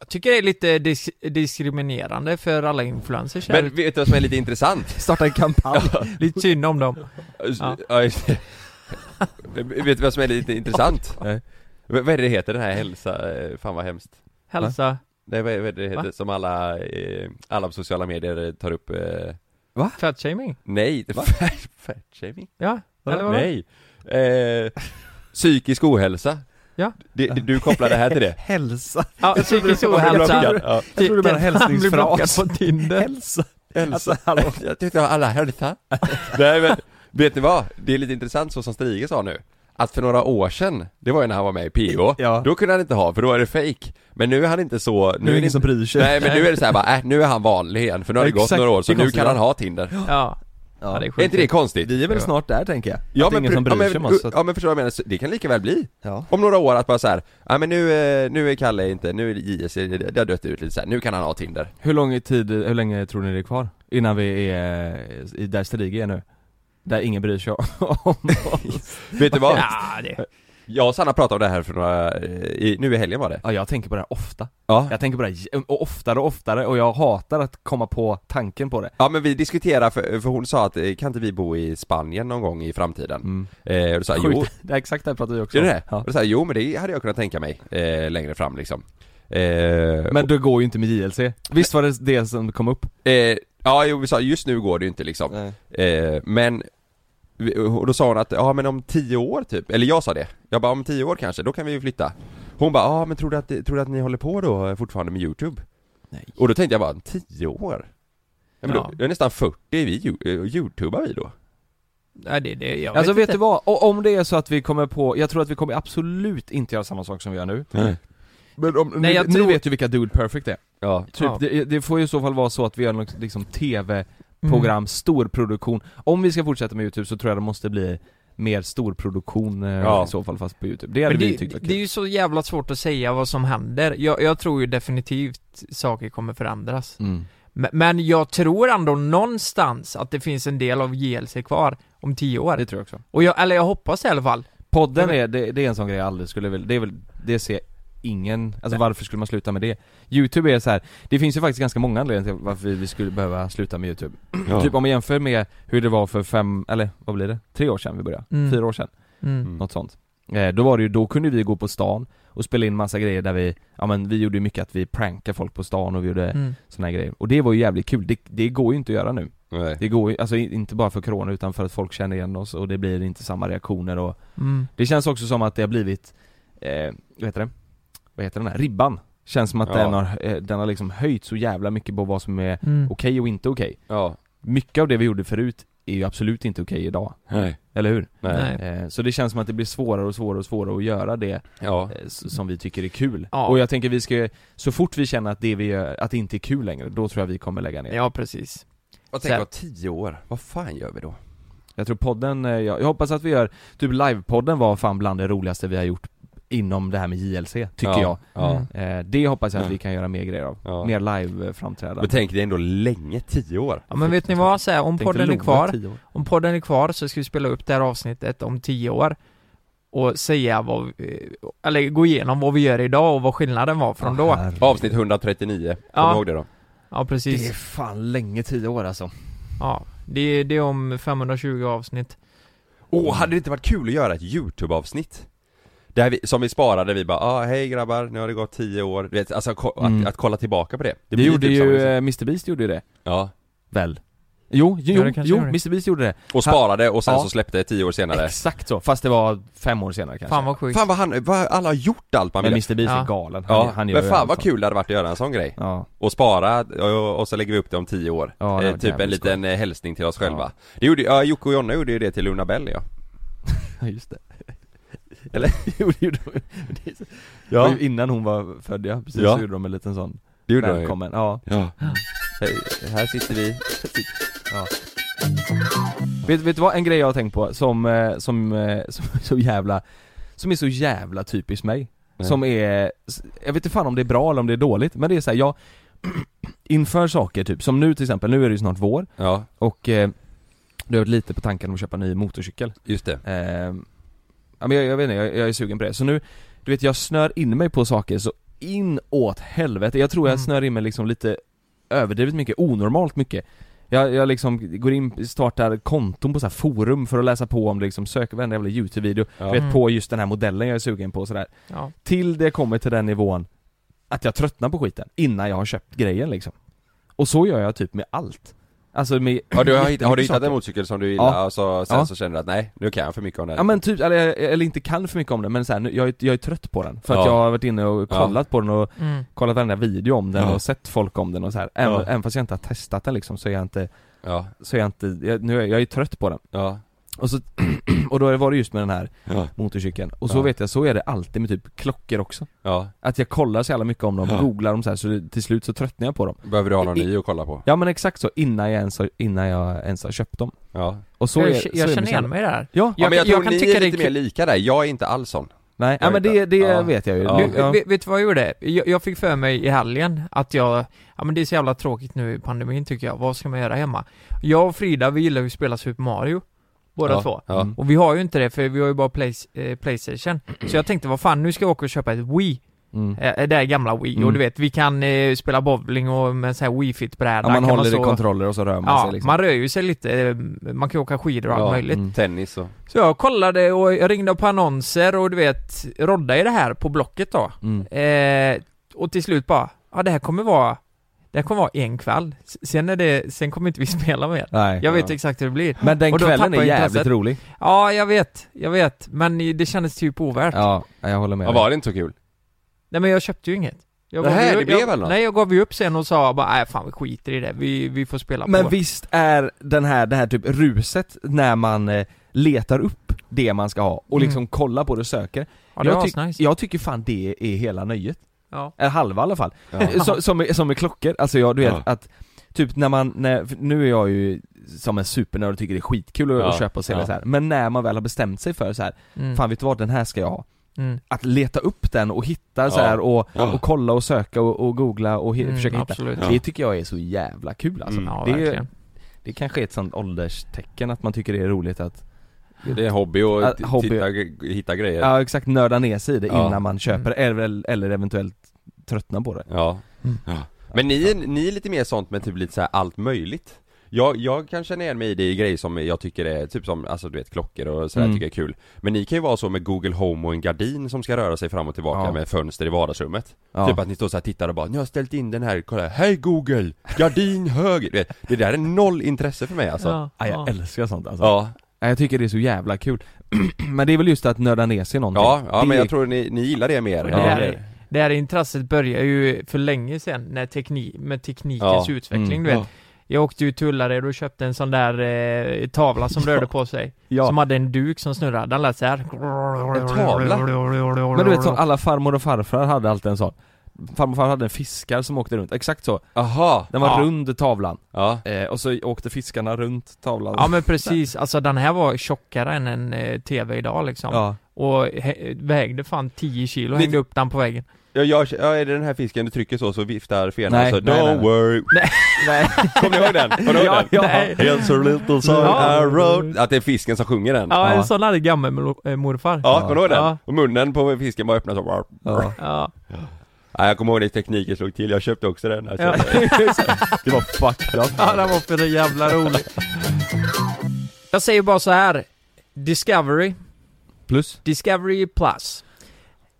Speaker 2: Jag tycker det är lite dis- diskriminerande för alla influencers här.
Speaker 4: Men vet du vad som är lite intressant?
Speaker 1: Starta en kampanj.
Speaker 2: Lite synd om dem.
Speaker 4: Ja.
Speaker 2: Ja.
Speaker 4: just det. Vet du vad som är lite intressant? Nej. V- Vad är det det heter den här hälsa, eh, fan vad hemskt
Speaker 2: Hälsa.
Speaker 4: Nej vad är vad är det det heter
Speaker 2: Va?
Speaker 4: som alla, eh, alla på sociala medier eh, tar upp? eh,
Speaker 1: Va?
Speaker 2: Fatshaming?
Speaker 4: Nej, det- fat- fatshaming?
Speaker 2: Ja, eller vad?
Speaker 4: Nej! Eh, psykisk ohälsa
Speaker 2: Ja.
Speaker 4: det, det, Du kopplar det här till det?
Speaker 1: Hälsa.
Speaker 2: Ja,
Speaker 1: Jag trodde
Speaker 2: psykisk
Speaker 1: det var-
Speaker 2: ohälsa.
Speaker 4: Jag trodde-
Speaker 1: jag trodde det var en
Speaker 2: Han blir
Speaker 1: hälsningsfras.
Speaker 2: blockad på Tinder.
Speaker 1: Hälsa.
Speaker 4: Hälsa.
Speaker 1: Alltså, hallå.
Speaker 4: jag tyckte jag alla hälsa. Nej men, vet ni vad? Det är lite intressant så som Strige sa nu. Att för några år sedan, det var ju när han var med i PH,
Speaker 1: Ja.
Speaker 4: då kunde han inte ha för då var det fake. Men nu är han inte så...
Speaker 1: Nu är det ingen
Speaker 4: inte-
Speaker 1: som bryr sig.
Speaker 4: Nej men nu är det så här bara, äh, nu är han vanlig igen för nu har det gått
Speaker 1: Exakt,
Speaker 4: några år så
Speaker 1: det är
Speaker 4: nu
Speaker 1: konstigt,
Speaker 4: kan han
Speaker 1: ja.
Speaker 4: ha Tinder.
Speaker 2: Ja. ja. det är
Speaker 4: Är inte det
Speaker 2: sjukt.
Speaker 4: konstigt?
Speaker 1: Vi är väl
Speaker 2: Ja.
Speaker 1: snart där tänker jag.
Speaker 4: Ja
Speaker 1: att det är
Speaker 4: men,
Speaker 1: ingen som bryr
Speaker 4: pr- ja, men,
Speaker 1: sig om oss. så att-
Speaker 4: ja men förstår du vad jag menar, Så det kan lika väl bli.
Speaker 1: Ja.
Speaker 4: Om några år att bara så här, ja men nu, eh, nu är Kalle inte, nu är JS, det har dött ut lite så här. nu kan han ha Tinder.
Speaker 1: Hur lång tid, hur länge tror ni det är kvar? Innan vi är eh, i- där Stig är nu? Där ingen bryr sig om oss.
Speaker 4: Vet du vad?
Speaker 2: Ja, det.
Speaker 4: Jag och Sanna pratade om det här för några, eh, i, nu i helgen var det.
Speaker 1: Ja, jag tänker på det här ofta.
Speaker 4: Ja.
Speaker 1: Jag tänker på det här j- och oftare och oftare och jag hatar att komma på tanken på det.
Speaker 4: Ja men vi diskuterar, för, för hon sa att eh, kan inte vi bo i Spanien någon gång i framtiden?
Speaker 1: Mm.
Speaker 4: Eh, och då sa jag, jo,
Speaker 1: Sjukt. Det är exakt det här pratar vi också
Speaker 4: är
Speaker 1: om.
Speaker 4: det det?
Speaker 1: Ja.
Speaker 4: Och då sa jag, jo men det hade jag kunnat tänka mig eh, längre fram liksom eh,
Speaker 1: Men det går ju inte med JLC. Visst var det det som kom upp?
Speaker 4: och, eh, Ja jo vi sa, just nu går det ju inte liksom eh, Men, vi- och då sa hon att, ja men om tio år typ, eller jag sa det Jag bara, om tio år kanske, då kan vi ju flytta Hon bara, ja men tror du, att, tror du att ni håller på då eh, fortfarande med YouTube?
Speaker 1: Nej.
Speaker 4: Och då tänkte jag bara, tio år? Ja, men
Speaker 2: Ja.
Speaker 4: Då, jag är nästan 40, är vi, ju- eh, youtubar vi då?
Speaker 2: Ja, det, det, jag
Speaker 1: alltså vet
Speaker 2: inte.
Speaker 1: du vad? O- om det är så att vi kommer på, jag tror att vi kommer absolut inte göra samma sak som vi gör nu.
Speaker 4: Nej.
Speaker 1: Men om,
Speaker 2: Nej,
Speaker 1: ni,
Speaker 2: jag
Speaker 1: ni
Speaker 2: tror-
Speaker 1: vet ju vilka Dude Perfect är.
Speaker 4: Typ. Ja,
Speaker 1: Typ,
Speaker 2: Ja.
Speaker 1: det, det får ju i så fall vara så att vi gör något liksom tv-program,
Speaker 2: Mm.
Speaker 1: storproduktion. Om vi ska fortsätta med youtube så tror jag det måste bli mer storproduktion eh,
Speaker 4: Ja.
Speaker 1: i så fall fast på youtube. Det hade
Speaker 2: Men
Speaker 1: vi
Speaker 2: det,
Speaker 1: tyckt var
Speaker 2: det är
Speaker 1: kul.
Speaker 2: ju så jävla svårt att säga vad som händer. Jag, jag tror ju definitivt saker kommer förändras.
Speaker 1: Mm.
Speaker 2: Men, men jag tror ändå någonstans att det finns en del av JLC kvar om tio år.
Speaker 1: Det tror jag också.
Speaker 2: Och jag, eller jag hoppas i alla fall.
Speaker 1: Podden
Speaker 2: Men-
Speaker 1: är, det, det är en sån grej jag aldrig skulle vilja, det är väl, det ser ingen, alltså varför skulle man sluta med det? Youtube är så här. det finns ju faktiskt ganska många anledningar till varför vi- vi skulle behöva sluta med youtube. Typ om man jämför med hur det var för fem, eller vad blir det? Tre år sedan vi började?
Speaker 2: Mm.
Speaker 1: Fyra år sedan?
Speaker 2: Mm.
Speaker 1: Något sånt. Eh, då var det ju, då kunde vi gå på stan och spela in massa grejer där vi, ja men vi gjorde ju mycket att vi prankade folk på stan och vi gjorde
Speaker 2: Mm.
Speaker 1: såna här grejer. Och det var ju jävligt kul, det, det går ju inte att göra nu.
Speaker 4: Nej.
Speaker 1: Det går ju, alltså i- inte bara för corona utan för att folk känner igen oss och det blir inte samma reaktioner och
Speaker 2: Mm.
Speaker 1: det känns också som att det har blivit, eh, vad heter det? Vad heter den här? Ribban? Känns som att
Speaker 4: Ja.
Speaker 1: den har, eh, den har liksom höjt så jävla mycket på vad som är
Speaker 2: Mm.
Speaker 1: okej och inte okej.
Speaker 4: Ja,
Speaker 1: mycket av det vi gjorde förut är ju absolut inte okej idag.
Speaker 4: Nej.
Speaker 1: Eller hur?
Speaker 4: Nej.
Speaker 1: Eh, Så det känns som att det blir svårare och svårare och svårare att göra det
Speaker 4: Ja.
Speaker 1: eh, s- som vi tycker är kul.
Speaker 2: Mm. Ja.
Speaker 1: Och jag tänker vi ska, så fort vi känner att det vi gör, att det inte är kul längre, då tror jag vi kommer lägga ner.
Speaker 2: Ja, precis.
Speaker 4: Och tänk om tio år, vad fan gör vi då?
Speaker 1: Jag tror podden, eh, jag, jag hoppas att vi gör, typ livepodden var fan bland det roligaste vi har gjort inom det här med JLC, tycker
Speaker 4: Ja,
Speaker 1: jag.
Speaker 4: ja.
Speaker 1: Eh, Det hoppas jag att
Speaker 4: Ja.
Speaker 1: vi kan göra mer grejer av.
Speaker 4: Ja.
Speaker 1: Mer live-framträdanden.
Speaker 4: Men tänk dig ändå länge, tio år.
Speaker 2: Ja men vet ni vad, så här, om
Speaker 1: Tänkte
Speaker 2: podden är
Speaker 1: Love tio
Speaker 2: kvar,
Speaker 1: år.
Speaker 2: om podden är kvar så ska vi spela upp det här avsnittet om tio år och säga vad, vi- eller gå igenom vad vi gör idag och vad skillnaden var
Speaker 1: Ah,
Speaker 2: från då.
Speaker 4: Avsnitt 139, kom
Speaker 2: Ja.
Speaker 4: ihåg det då.
Speaker 2: Ja precis.
Speaker 1: Det är fan länge, tio år alltså.
Speaker 2: Ja, det är, det är om 520 avsnitt.
Speaker 4: Åh, hade det inte varit kul att göra ett YouTube-avsnitt? Där vi, som vi sparade, vi bara ah, hej grabbar, nu har det gått 10 år, du vet, alltså ko- att,
Speaker 1: Mm.
Speaker 4: att, kolla tillbaka på det
Speaker 1: Det,
Speaker 4: blir
Speaker 1: gjorde
Speaker 4: typ
Speaker 1: ju,
Speaker 4: samma sak.
Speaker 1: eh, Mr Beast gjorde ju det.
Speaker 4: Ja
Speaker 1: Väl? Jo, jo,
Speaker 2: Ja, det kanske
Speaker 1: jo,
Speaker 2: gjorde det.
Speaker 1: Mr Beast gjorde det.
Speaker 4: Och
Speaker 1: Han-
Speaker 4: sparade och sen
Speaker 1: Ja.
Speaker 4: så släppte 10 år senare
Speaker 1: Exakt så, fast det var fem år senare kanske.
Speaker 2: Fan vad sjukt.
Speaker 4: Fan vad han, vad alla har gjort allt man
Speaker 1: Men
Speaker 4: ville
Speaker 1: Mr Beast
Speaker 2: Ja.
Speaker 1: är galen. Han,
Speaker 4: Ja,
Speaker 1: han gör
Speaker 4: men
Speaker 1: ju
Speaker 4: fan
Speaker 1: allt
Speaker 4: vad
Speaker 1: sånt.
Speaker 4: kul det hade varit att göra en sån grej
Speaker 1: Ja.
Speaker 4: Och spara, och, och så lägger vi upp det om 10 år
Speaker 1: Ja, det hade
Speaker 4: eh,
Speaker 1: varit
Speaker 4: Typ en
Speaker 1: jävligt
Speaker 4: liten eh, hälsning till oss själva Det gjorde ja, Jocke och Jonna gjorde ju det till Luna Bell ja
Speaker 1: Ja, just det.
Speaker 4: Eller?
Speaker 1: Jo, det gjorde de. Det är så- det
Speaker 4: Ja.
Speaker 1: var ju Innan hon var född ja, precis
Speaker 4: Ja.
Speaker 1: så gjorde de en liten sån
Speaker 4: Det gjorde de ju.
Speaker 1: välkommen, ja.
Speaker 4: Ja Hej, Här sitter vi
Speaker 1: ja. Vet, vet du vad, en grej jag har tänkt på som, eh, som, eh, som är så jävla, som är så jävla typiskt mig
Speaker 4: Nej.
Speaker 1: Som är, jag vet inte fan om det är bra eller om det är dåligt, men det är så här, jag Inför saker typ, som nu till exempel, nu är det ju snart vår
Speaker 4: Ja,
Speaker 1: och eh, du har varit lite på tanken om att köpa en ny motorcykel
Speaker 4: just det
Speaker 1: Ehm, ja, men jag, jag vet inte, jag, jag är sugen på det. Så nu, du vet jag snör in mig på saker så inåt helvete. Jag tror jag snör in mig liksom lite överdrivet mycket, onormalt mycket. Jag, jag liksom går in, startar konton på så här forum för att läsa på om det liksom, söker varenda jävla youtube-video,
Speaker 4: Ja.
Speaker 1: du vet
Speaker 2: Mm.
Speaker 1: på just den här modellen jag är sugen på och sådär.
Speaker 2: Ja.
Speaker 1: Till det kommer till den nivån att jag tröttnar på skiten innan jag har köpt grejen liksom. Och så gör jag typ med allt. Alltså med
Speaker 4: Ja, du har, hitt- har
Speaker 1: jättemycket
Speaker 4: du hittat en
Speaker 1: saker.
Speaker 4: motorcykel som du gillar
Speaker 1: Ja.
Speaker 4: och så, sen
Speaker 1: Ja.
Speaker 4: så känner du att nej, nu kan jag för mycket om den
Speaker 1: Ja men typ, eller, eller inte kan för mycket om den men så här, nu, jag, är, jag är trött på den För att
Speaker 4: Ja.
Speaker 1: jag har varit inne och kollat på den och
Speaker 2: Mm.
Speaker 1: kollat varenda video om den
Speaker 4: Ja.
Speaker 1: och sett folk om den och så här. Även,
Speaker 4: Ja.
Speaker 1: även fast jag inte har testat den liksom så är jag inte,
Speaker 4: Ja,
Speaker 1: så är jag inte, jag, nu är, jag är trött på den
Speaker 4: ja,
Speaker 1: Och så, och då var det just med den här
Speaker 4: ja,
Speaker 1: motorcykeln Och så
Speaker 4: Ja.
Speaker 1: vet jag, så är det alltid med typ klockor också
Speaker 4: ja.
Speaker 1: Att jag kollar så jävla mycket om dem,
Speaker 4: Ja.
Speaker 1: googlar dem så här så det, till slut så tröttnar jag på dem
Speaker 4: Behöver du ha någon ny att kolla på?
Speaker 1: Ja men exakt så, innan jag ens har, innan jag ens har köpt dem
Speaker 4: Ja
Speaker 1: Och så
Speaker 2: jag
Speaker 1: är,
Speaker 2: jag,
Speaker 1: så är det
Speaker 2: känner
Speaker 1: så
Speaker 2: igen
Speaker 1: jävla-
Speaker 2: mig där.
Speaker 1: Ja,
Speaker 4: Ja men jag,
Speaker 2: jag
Speaker 4: tror
Speaker 2: kan
Speaker 4: ni
Speaker 2: tycka
Speaker 4: är
Speaker 2: det är
Speaker 4: lite mer
Speaker 2: kul.
Speaker 4: lika där, jag är inte alls sån
Speaker 1: nej, ja, men det, det
Speaker 4: Ja.
Speaker 1: vet jag ju
Speaker 4: Ja.
Speaker 1: Nu- ja.
Speaker 2: Vet, vet du vad jag gjorde? Jag, jag fick för mig i helgen att jag, ja men det är så jävla tråkigt nu i pandemin tycker jag, vad ska man göra hemma? Jag och Frida, vi gillar ju att spela Super Mario, båda
Speaker 4: ja,
Speaker 2: två.
Speaker 4: Ja,
Speaker 1: Mm.
Speaker 2: Och vi har ju inte det för vi har ju bara play, eh, Playstation. Så jag tänkte, vad fan, nu ska jag åka och köpa ett Wii,
Speaker 1: Mm.
Speaker 2: eh, det här gamla Wii.
Speaker 1: Mm.
Speaker 2: Och du vet, vi kan eh, spela bowling och med en sån här Wii-fit-bräda.
Speaker 1: Ja, man
Speaker 2: kan
Speaker 1: håller i
Speaker 2: stå-
Speaker 1: kontroller och så rör man
Speaker 2: ja,
Speaker 1: sig liksom.
Speaker 2: man rör ju sig lite, eh, man kan ju åka skidor och allt
Speaker 4: Ja,
Speaker 2: möjligt.
Speaker 1: mm.
Speaker 4: tennis och...
Speaker 2: Så jag kollade och jag ringde på annonser och du vet, rodda i det här på Blocket då.
Speaker 1: Mm.
Speaker 2: Eh, och till slut bara, ja det här kommer vara, det här kommer vara en kväll. S- Sen är det, sen kommer inte vi spela mer.
Speaker 1: Nej.
Speaker 2: Jag vet
Speaker 4: Ja.
Speaker 2: exakt hur det blir.
Speaker 1: Men den
Speaker 2: Och då
Speaker 1: kvällen
Speaker 2: tappar
Speaker 1: är
Speaker 2: jag
Speaker 1: jävligt
Speaker 2: intresset.
Speaker 1: rolig.
Speaker 2: Ja, jag vet, jag vet. Men det kändes typ ovärt.
Speaker 1: Ja, jag håller med
Speaker 4: Ja, var det inte så kul?
Speaker 2: Nej men jag köpte ju inget. Jag
Speaker 4: Nähä,
Speaker 2: ju-
Speaker 4: det blev
Speaker 2: jag,
Speaker 4: väl något?
Speaker 2: Nej, jag gav ju upp sen och sa bara, nej fan vi skiter i det, vi, vi får spela
Speaker 1: Men
Speaker 2: på.
Speaker 1: visst är den här, det här typ ruset när man eh, letar upp det man ska ha och liksom
Speaker 2: Mm.
Speaker 1: kollar på det och söker.
Speaker 2: Ja, det
Speaker 1: jag,
Speaker 2: var
Speaker 1: tyck-
Speaker 2: asnice.
Speaker 1: jag tycker fan det är hela nöjet.
Speaker 2: Ja.
Speaker 1: Eller halva i alla fall.
Speaker 4: Ja.
Speaker 1: Eh, Som, som, är, som är klockor, alltså jag, du vet
Speaker 4: Ja.
Speaker 1: att Typ när man, när, för nu är jag ju som en supernörd och tycker det är skitkul att
Speaker 4: Ja.
Speaker 1: att köpa och sälja
Speaker 4: Ja.
Speaker 1: så här. Men när man väl har bestämt sig för så här,
Speaker 2: Mm.
Speaker 1: fan vet du vad den här ska jag ha
Speaker 2: Mm.
Speaker 1: att leta upp den och hitta så
Speaker 4: Ja.
Speaker 1: här och,
Speaker 4: Ja.
Speaker 1: och kolla och söka och, och googla och hi-
Speaker 2: Mm,
Speaker 1: försöka hitta.
Speaker 2: absolut.
Speaker 1: Det tycker jag är så jävla kul
Speaker 4: Mm.
Speaker 1: alltså.
Speaker 2: Ja,
Speaker 1: det, är,
Speaker 2: verkligen.
Speaker 1: det kanske är ett sånt ålderstecken att man tycker det är roligt att
Speaker 4: Det är en hobby
Speaker 1: Ja,
Speaker 4: att t-
Speaker 1: hobby.
Speaker 4: Titta, g- hitta grejer Ja,
Speaker 1: Ja exakt, nörda ner sig i det
Speaker 4: Ja.
Speaker 1: innan man köper
Speaker 2: Mm.
Speaker 1: eller, eller eventuellt tröttna på det.
Speaker 4: ja.
Speaker 1: Mm.
Speaker 4: Men ni, är- ni är lite mer sånt med typ lite så här allt möjligt jag, jag kan känna igen mig i det i grejer som jag tycker är, typ som, alltså du vet klockor och sådär
Speaker 1: Mm.
Speaker 4: tycker jag är kul Men ni kan ju vara så med Google Home och en gardin som ska röra sig fram och tillbaka
Speaker 1: Ja.
Speaker 4: med fönster i vardagsrummet
Speaker 1: Ja.
Speaker 4: Typ att ni står så här och tittar och bara 'Nu har jag ställt in den här, kolla, hej Google! Gardin höger' Du vet, Det där är noll intresse för mig alltså Ja,
Speaker 1: Ja, jag älskar sånt alltså. Ja.
Speaker 4: ja,
Speaker 1: Jag tycker det är så jävla kul. men det är väl just att nörda ner sig i någonting.
Speaker 4: ja,
Speaker 1: Det
Speaker 4: men
Speaker 1: är-
Speaker 4: jag tror ni, ni gillar det mer
Speaker 2: Och
Speaker 1: Ja,
Speaker 2: det,
Speaker 1: det
Speaker 2: här, det här intresset börjar ju för länge sedan när teknik, med teknikens
Speaker 4: Ja.
Speaker 2: utveckling,
Speaker 1: Mm.
Speaker 2: du vet.
Speaker 4: Ja.
Speaker 2: Jag åkte ju till Ullared och köpte en sån där eh, tavla som rörde på sig.
Speaker 1: Ja.
Speaker 2: Som hade en duk som snurrade. Den lät så här.
Speaker 1: En tavla? Men du vet som alla farmor och farfar hade alltid en sån Farmor och farfar hade en fiskar som åkte runt, exakt så
Speaker 4: Aha.
Speaker 1: Den var
Speaker 2: Ja.
Speaker 1: rund tavlan eh, Och så åkte fiskarna runt tavlan
Speaker 2: Ja men precis, alltså den här var tjockare än en eh, TV idag liksom.
Speaker 1: Ja.
Speaker 2: Och he- vägde fan 10 kilo,
Speaker 4: Ni-
Speaker 2: hängde upp den på väggen.
Speaker 4: Ja, jag, ja, är det den här fisken du trycker så, så viftar fenan
Speaker 1: Nej,
Speaker 4: så
Speaker 1: nej,
Speaker 4: Don't
Speaker 1: nej, nej.
Speaker 4: worry Kommer ni ihåg den? Kommer ni ihåg
Speaker 1: Ja,
Speaker 4: den?
Speaker 1: ja.
Speaker 4: It's a little song
Speaker 2: Ja.
Speaker 4: I wrote Att det är fisken som sjunger den
Speaker 2: Ja, en
Speaker 4: ja.
Speaker 2: sån hade eh, gammelmorfar.
Speaker 4: Ja, kommer du ihåg den?
Speaker 2: Ja.
Speaker 4: Och munnen på fisken bara öppnas så
Speaker 1: Ja.
Speaker 2: Ja.
Speaker 4: Ja, jag kommer ihåg det tekniken slog till, jag köpte också den alltså.
Speaker 2: Ja.
Speaker 4: Det var fucked up
Speaker 2: Ja, den var för jävla rolig. Jag säger bara så här. Discovery.
Speaker 1: Plus?
Speaker 2: Discovery plus.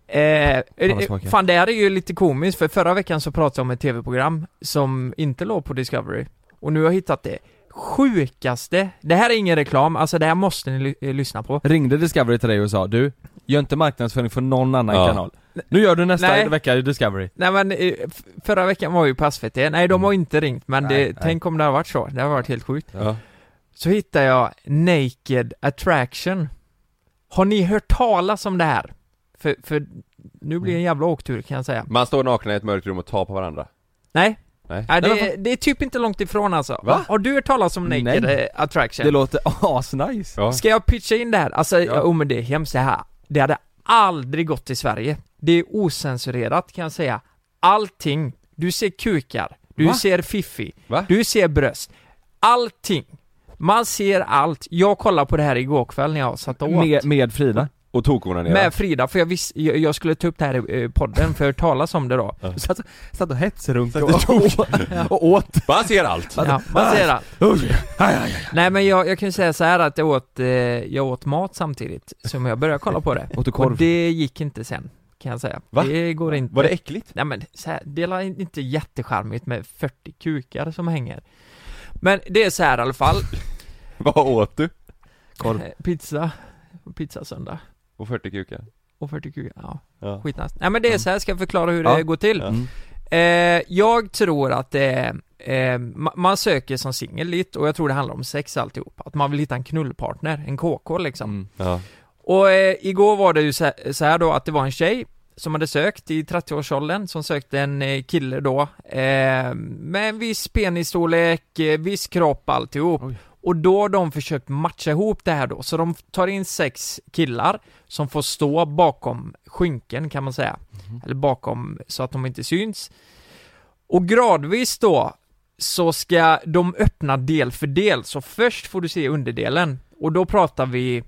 Speaker 2: Eh,
Speaker 1: vad
Speaker 2: eh,
Speaker 1: smakar.
Speaker 2: fan det här är ju lite komiskt för förra veckan så pratade jag om ett tv-program som inte låg på Discovery. Och nu har jag hittat det sjukaste. Det här är ingen reklam, alltså det här måste ni ly- eh, lyssna på.
Speaker 1: Ringde Discovery till dig och sa du, gör inte marknadsföring för någon annan
Speaker 4: Ja.
Speaker 1: kanal Nu gör du nästa
Speaker 2: Nej.
Speaker 1: vecka i Discovery
Speaker 2: Nej men eh, f- förra veckan var ju på SVT, nej de
Speaker 1: Mm.
Speaker 2: har inte ringt men det, tänk om det har varit så, det har varit helt sjukt.
Speaker 4: Ja.
Speaker 2: Så hittar jag Naked Attraction. Har ni hört talas om det här? För, för nu blir det
Speaker 1: Mm.
Speaker 2: en jävla åktur kan jag säga.
Speaker 4: Man står nakna i ett mörkt rum och tar på varandra
Speaker 2: Nej.
Speaker 4: Nej,
Speaker 2: Nej,
Speaker 4: Nej,
Speaker 2: det, det är typ inte långt ifrån alltså.
Speaker 4: Va?
Speaker 2: Har du hört talas om Naked
Speaker 1: Nej.
Speaker 2: eh, Attraction?
Speaker 1: Det låter asnice
Speaker 4: Ja.
Speaker 2: Ska jag pitcha in det här? Alltså,
Speaker 1: Ja.
Speaker 2: ja. oh, men det är hemskt det här. Det hade aldrig gått i Sverige. Det är osensurerat kan jag säga. Allting. Du ser kukar, du
Speaker 1: Va?
Speaker 2: ser fiffi, du ser bröst. Allting. Man ser allt. Jag kollade på det här igår kväll när jag satt och åt.
Speaker 1: Med, med Frida
Speaker 4: Och tokorna
Speaker 2: Med Frida, för jag, visste, jag, jag skulle ta upp det här i eh, podden, för jag har hört talas om det då.
Speaker 1: Satt, satt och hetsrunkade och, och, och åt
Speaker 4: Man ser allt!
Speaker 2: Ja, man ser allt. Nej men jag, jag kan ju säga så här att jag åt, eh, jag åt mat samtidigt som jag började kolla på det.
Speaker 1: Åt du korv?
Speaker 2: Och det gick inte sen, kan jag säga.
Speaker 1: Va?
Speaker 2: Det går inte.
Speaker 4: Var det äckligt?
Speaker 2: Nej men så här, det är inte jättecharmigt med 40 kukar som hänger. Men det är så här i alla fall.
Speaker 4: Vad åt du?
Speaker 1: Korv.
Speaker 2: Eh, Pizza, pizza söndag
Speaker 4: Och 40 kukar
Speaker 2: och 40 kukar. Ja,
Speaker 4: Ja.
Speaker 2: skitnice. Nej men det är så här, ska jag förklara hur
Speaker 4: Ja.
Speaker 2: det går till.
Speaker 1: Mm.
Speaker 4: Ja.
Speaker 2: Eh, jag tror att det är, eh, ma- man söker som singel lite och jag tror det handlar om sex alltihop. Att man vill hitta en knullpartner, en KK liksom.
Speaker 1: Mm.
Speaker 4: Ja.
Speaker 2: Och eh, igår var det ju så här, så här då att det var en tjej som hade sökt i 30-årsåldern, som sökte en eh, kille då, eh, med en viss penisstorlek, eh, viss kropp, alltihop. Och då har de försökt matcha ihop det här då, så de tar in sex killar som får stå bakom skynken kan man säga. Eller bakom, så att de inte syns. Och gradvis då så ska de öppna del för del, så först får du se underdelen. Och då pratar vi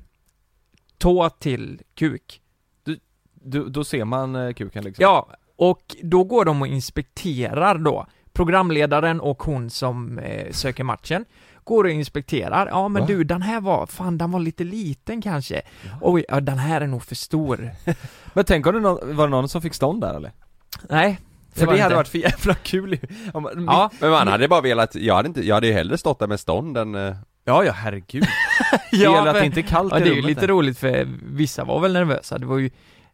Speaker 2: tå till kuk.
Speaker 1: du, du, Då ser man eh, kuken liksom
Speaker 2: Ja, och då går de och inspekterar då. Programledaren och hon som eh, söker matchen går och inspekterar. Ja men
Speaker 1: Va?
Speaker 2: du, den här var, fan den var lite liten kanske. Oj, ja, den här är nog för stor.
Speaker 1: Men tänk om det någon, var det någon som fick stånd där eller?
Speaker 2: Nej.
Speaker 1: För det,
Speaker 2: var
Speaker 1: hade
Speaker 2: inte.
Speaker 1: varit för jävla kul ju. om, man-
Speaker 2: Ja.
Speaker 4: Men man hade bara velat, jag hade inte, jag hade ju hellre stått där med stånd än... eh,
Speaker 1: ja, ja herregud Det
Speaker 2: Ja,
Speaker 1: gäller att
Speaker 2: för-
Speaker 1: det inte är kallt
Speaker 2: ja,
Speaker 1: i
Speaker 2: det är ju
Speaker 1: rummet
Speaker 2: lite
Speaker 1: där.
Speaker 2: roligt för vissa var väl nervösa, det var ju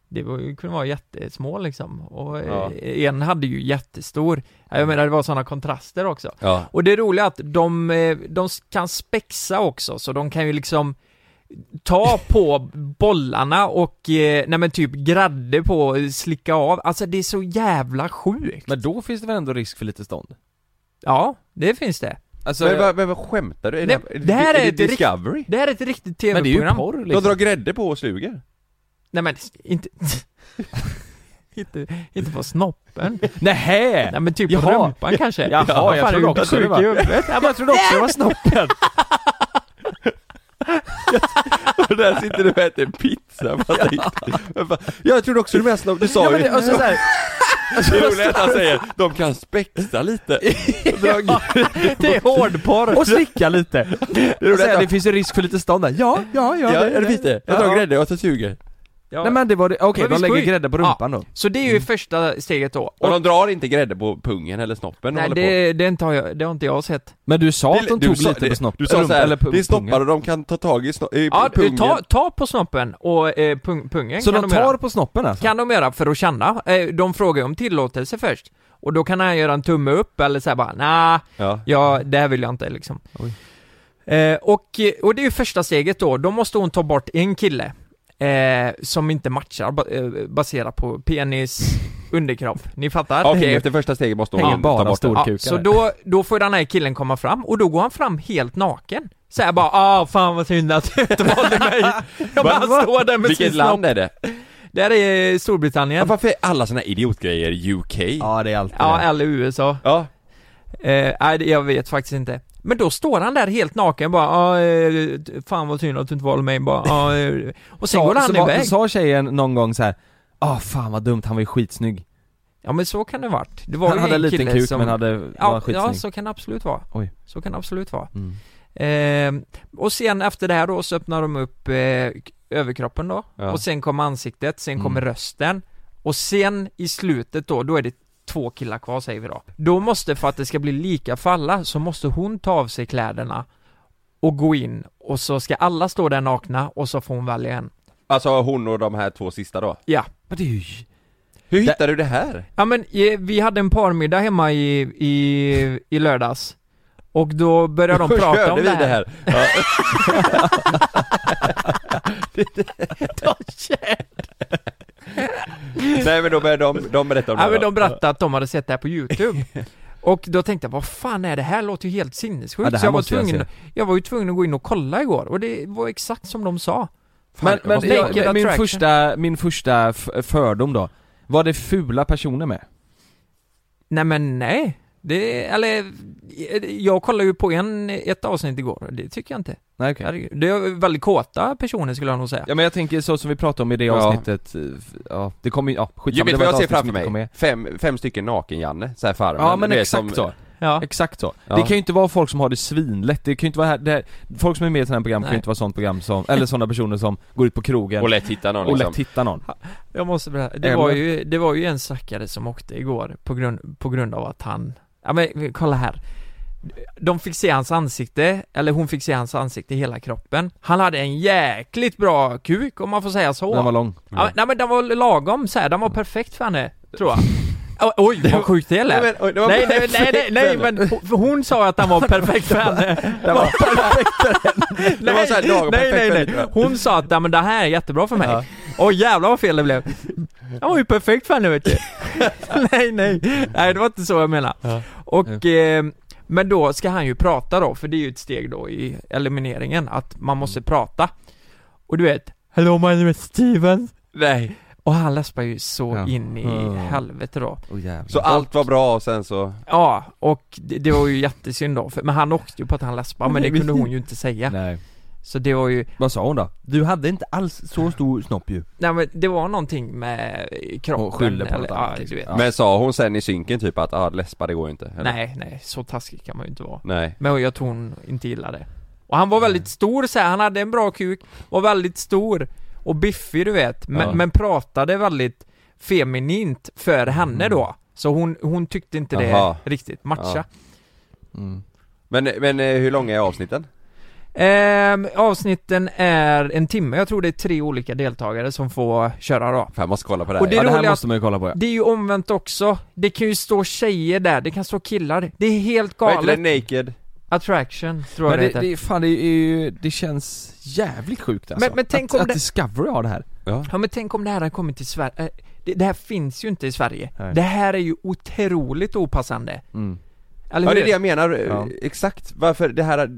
Speaker 2: det var, ju- kunde vara jättesmå liksom, och eh,
Speaker 1: Ja.
Speaker 2: en hade ju jättestor Ja, Jag menar det var sådana kontraster också
Speaker 1: Ja.
Speaker 2: Och det är roliga är att de, eh, de kan spexa också, så de kan ju liksom Ta på bollarna och, eh, nej men typ gradde på, och slicka av, alltså det är så jävla sjukt
Speaker 1: Men då finns det väl ändå risk för lite stånd?
Speaker 2: Ja, det finns det
Speaker 1: Alltså,
Speaker 4: men, vad- men vad skämtar du? Är
Speaker 2: Nej,
Speaker 4: det,
Speaker 2: det här är
Speaker 4: är
Speaker 2: ett
Speaker 4: det
Speaker 2: rikt-
Speaker 4: Discovery?
Speaker 2: Det här är ett riktigt
Speaker 1: Men
Speaker 2: tv-program
Speaker 1: det är ju porr, liksom.
Speaker 4: De drar grädde på och sluger
Speaker 2: Nej men inte... inte, inte på snoppen.
Speaker 1: Nähä!
Speaker 2: Nej men typ på
Speaker 1: Jaha.
Speaker 2: rumpan kanske.
Speaker 1: Jaha,
Speaker 2: Vad
Speaker 1: jag
Speaker 2: fan,
Speaker 1: trodde
Speaker 2: är du
Speaker 1: också det
Speaker 2: sjuk i
Speaker 1: var-
Speaker 2: huvudet?
Speaker 1: Ja, men jag trodde också det var snoppen!
Speaker 4: Och där sitter du och äter pizza på ja. Jag trodde också du menade snopp, du sa
Speaker 1: Ja,
Speaker 4: ju
Speaker 1: men det, och så, så här,
Speaker 4: Det är roligt att han säger, de kan spexa lite Och dra grädde på-
Speaker 2: Det är hårdporr!
Speaker 1: och slicka lite!
Speaker 4: roligt
Speaker 1: Och så här,
Speaker 4: att-
Speaker 1: det finns ju risk för lite stånd där, ja, ja, ja,
Speaker 4: Ja, är det finns det? Jag
Speaker 1: Ja.
Speaker 4: drar grädde och så suger
Speaker 2: Ja.
Speaker 1: Nej men det var det, okej,
Speaker 2: Men
Speaker 1: de
Speaker 2: visst
Speaker 1: lägger
Speaker 2: sjukt.
Speaker 1: grädde på rumpan då Mm.
Speaker 2: Så det är ju första steget då.
Speaker 4: Och
Speaker 2: Och,
Speaker 4: de drar inte grädde på pungen eller snoppen
Speaker 2: nej
Speaker 4: håller
Speaker 2: det, det, inte har jag, det har inte jag sett.
Speaker 1: Men du sa
Speaker 4: på
Speaker 1: att de tog lite på snoppen,
Speaker 4: Du sa
Speaker 1: rumpan,
Speaker 4: såhär,
Speaker 1: eller pu-
Speaker 4: det är snoppar
Speaker 1: pungen.
Speaker 4: och de kan ta tag i, sno- i
Speaker 2: Ja,
Speaker 4: pungen
Speaker 2: ta, ta på snoppen och eh, pung, pungen
Speaker 1: Så
Speaker 2: kan
Speaker 1: de
Speaker 2: göra.
Speaker 1: tar på snoppen alltså?
Speaker 2: Kan de göra för att känna. Eh, de frågar ju om tillåtelse först. Och då kan han göra en tumme upp eller så här bara nah,
Speaker 4: Ja.
Speaker 2: ja, det här vill jag inte liksom. Eh, och, och det är ju första steget då, då måste hon ta bort en kille eh, som inte matchar ba- eh, baserat på penis, underkropp, ni fattar?
Speaker 4: Okej, efter första steget måste hon
Speaker 2: Ja.
Speaker 4: ta bort den.
Speaker 2: Ja, Så då, då får den här killen komma fram och då går han fram helt naken. Såhär bara ah fan vad synd att du inte valde mig. Jag bara
Speaker 4: Va?
Speaker 2: står där med
Speaker 4: Vilket
Speaker 2: sin
Speaker 4: land
Speaker 2: snopp.
Speaker 4: är det?
Speaker 2: Det här är Storbritannien.
Speaker 4: Varför är alla såna här idiotgrejer UK? Ja
Speaker 1: det är alltid
Speaker 2: Ja, eller USA.
Speaker 4: Ja.
Speaker 2: Eh, nej, det- jag vet faktiskt inte. Men då står han där helt naken bara, ah, eh, fan vad synd att du inte valde mig bara, ah, eh. Och sen går han
Speaker 1: så,
Speaker 2: iväg.
Speaker 1: Sa tjejen någon gång så här. ah fan vad dumt, han var ju skitsnygg
Speaker 2: Ja men så kan det varit. Det var
Speaker 1: Han
Speaker 2: ju
Speaker 1: hade
Speaker 2: en
Speaker 1: liten
Speaker 2: kille
Speaker 1: kuk,
Speaker 2: som...
Speaker 1: men hade- var
Speaker 2: ja,
Speaker 1: skitsnygg.
Speaker 2: ja, så kan det absolut vara.
Speaker 1: Oj.
Speaker 2: Så kan det absolut vara.
Speaker 1: Mm.
Speaker 2: Ehm, och sen efter det här då så öppnar de upp eh, k- överkroppen då.
Speaker 1: Ja.
Speaker 2: Och sen kommer ansiktet, sen
Speaker 1: Mm.
Speaker 2: kommer rösten. Och sen i slutet då, då är det två killar kvar säger vi då. Då måste, för att det ska bli lika för alla, så måste hon ta av sig kläderna och gå in. Och så ska alla stå där nakna och så får hon välja en.
Speaker 4: Alltså hon och de här två sista då?
Speaker 2: Ja.
Speaker 1: Men det är ju...
Speaker 4: Hur hittar du det här?
Speaker 2: Ja men eh, vi hade en parmiddag hemma i, i, i lördags Och då började de
Speaker 4: Hur
Speaker 2: prata
Speaker 4: körde
Speaker 2: om
Speaker 4: vi
Speaker 2: det här,
Speaker 4: det här? Ja.
Speaker 2: De kör-
Speaker 4: Nej men då började de, de berätta om
Speaker 2: Ja
Speaker 4: det
Speaker 2: men
Speaker 4: då.
Speaker 2: de berättade att de hade sett det här på youtube Och då tänkte jag, vad fan är det här? låter ju helt sinnessjukt
Speaker 1: Ja, det här
Speaker 2: Så jag var,
Speaker 1: måste jag
Speaker 2: tvungen, jag,
Speaker 1: se.
Speaker 2: var ju tvungen att gå in och kolla igår Och det var exakt som de sa Fan,
Speaker 1: Men,
Speaker 2: jag
Speaker 1: men
Speaker 2: måste-
Speaker 1: jag,
Speaker 2: Naked
Speaker 1: min,
Speaker 2: attraction.
Speaker 1: första, min första f- fördom då Var det fula personer med?
Speaker 2: Nej men nej det, eller, jag kollade ju på en, ett avsnitt igår, och det tycker jag inte
Speaker 1: Nej, okej.
Speaker 2: Herregud, Det är väldigt kåta personer skulle jag nog säga
Speaker 1: Ja men jag tänker så som vi pratade om i det
Speaker 4: Ja.
Speaker 1: avsnittet, eh, f- ja det kommer ju, ja
Speaker 4: Jo,
Speaker 1: skitsamma
Speaker 4: vet
Speaker 1: det
Speaker 4: du
Speaker 1: var
Speaker 4: vad jag
Speaker 1: ett
Speaker 4: ser
Speaker 1: avsnitt som
Speaker 4: framför
Speaker 1: inte kom med.
Speaker 4: mig? Fem, fem stycken naken-Janne, såhär farmen
Speaker 1: Ja men
Speaker 4: Du vet,
Speaker 1: exakt
Speaker 4: som-
Speaker 1: så,
Speaker 2: Ja.
Speaker 1: exakt så.
Speaker 4: Ja.
Speaker 1: Det kan ju inte vara folk som har det svinlätt, det kan ju inte vara här, det här, folk som är med i sådana här program kan
Speaker 2: Nej.
Speaker 1: ju inte vara sånt program som, eller sådana personer som går ut på krogen
Speaker 4: Och lätt hittar någon,
Speaker 1: Och
Speaker 4: liksom.
Speaker 1: lätt hittar någon.
Speaker 2: Jag måste berätta, det
Speaker 1: Eller-
Speaker 2: var ju, det var ju en stackare som åkte igår på grund, på grund av att han, ja men kolla här De fick se hans ansikte, eller hon fick se hans ansikte, hela kroppen Han hade en jäkligt bra kuk om man får säga så
Speaker 1: Den var lång.
Speaker 2: ja, men- Nej men den var lagom så här. den var perfekt för henne, tror jag O- Oj, vad sjukt det
Speaker 1: Nej,
Speaker 2: lät! Nej,
Speaker 1: men, oj, det var
Speaker 2: nej, nej,
Speaker 1: perfekt
Speaker 2: nej, nej,
Speaker 1: för henne.
Speaker 2: men hon- för hon sa att den var perfekt för henne! Den var perfekt för henne!
Speaker 4: var så här lagom
Speaker 2: nej,
Speaker 4: perfekt
Speaker 2: nej,
Speaker 4: för
Speaker 2: nej,
Speaker 4: henne.
Speaker 2: Hon sa att "Ja, men det här är jättebra för mig. Åh jävlar vad fel det blev. Jag var ju perfekt för henne vet du. nej, nej. Nej, det var inte så jag menade. Och, eh, men då ska han ju prata då, för det är ju ett steg då i elimineringen, att man måste prata. Och du vet, Hello my name is Steven. Nej. Och han läspar ju så
Speaker 4: Ja.
Speaker 2: in i
Speaker 4: Mm.
Speaker 2: helvete då.
Speaker 4: Så ah. allt var bra och sen så...
Speaker 2: Ja, och det, det var ju jättesynd då, för, men han åkte ju på att han läspade, men det kunde hon ju inte säga.
Speaker 1: Nej.
Speaker 2: Så det var ju...
Speaker 1: Vad sa hon då? Du hade inte alls så stor snopp ju
Speaker 2: Nej men det var någonting med kroppen
Speaker 1: Och skyller på
Speaker 2: eller,
Speaker 1: något
Speaker 2: ja,
Speaker 1: annat, liksom.
Speaker 2: du vet.
Speaker 4: Men sa hon sen i synken typ att ah, läspa det går ju inte? Eller?
Speaker 2: Nej, nej, så taskig kan man ju inte vara.
Speaker 4: Nej.
Speaker 2: Men jag tror hon inte gillade det. Och han
Speaker 1: Mm.
Speaker 2: var väldigt stor så här, han hade en bra kuk, var väldigt stor och biffig du vet, men,
Speaker 1: Ja.
Speaker 2: men pratade väldigt feminint för henne
Speaker 1: Mm.
Speaker 2: då. Så hon, hon tyckte inte det
Speaker 4: Aha.
Speaker 2: riktigt matcha.
Speaker 4: Men, men eh, hur långa är avsnitten?
Speaker 2: Ehm, avsnitten är en timme, jag tror det är tre olika deltagare som får köra då.
Speaker 4: Fan, jag måste kolla på det här.
Speaker 2: Och det,
Speaker 4: ja, det här
Speaker 2: roliga-
Speaker 4: måste man ju kolla på ja.
Speaker 2: Det är ju omvänt också, det kan ju stå tjejer där, det kan stå killar, det är helt
Speaker 4: Vad heter
Speaker 2: galet
Speaker 4: det? Naked?
Speaker 2: Attraction tror jag
Speaker 1: Men
Speaker 2: det,
Speaker 1: det,
Speaker 2: heter
Speaker 1: det, är fan, det, är ju, det känns jävligt sjukt alltså.
Speaker 2: Men- men tänk
Speaker 1: att,
Speaker 2: om
Speaker 1: att
Speaker 2: det-
Speaker 1: Discovery har det här
Speaker 2: Ja men tänk om det här hade kommit till Sverige, Eh, det, det här finns ju inte i Sverige
Speaker 1: Nej.
Speaker 2: Det här är ju otroligt opassande
Speaker 1: Mm.
Speaker 2: Eller
Speaker 4: ja
Speaker 2: hur?
Speaker 4: det är det jag menar, eh,
Speaker 2: Ja.
Speaker 4: exakt varför det här,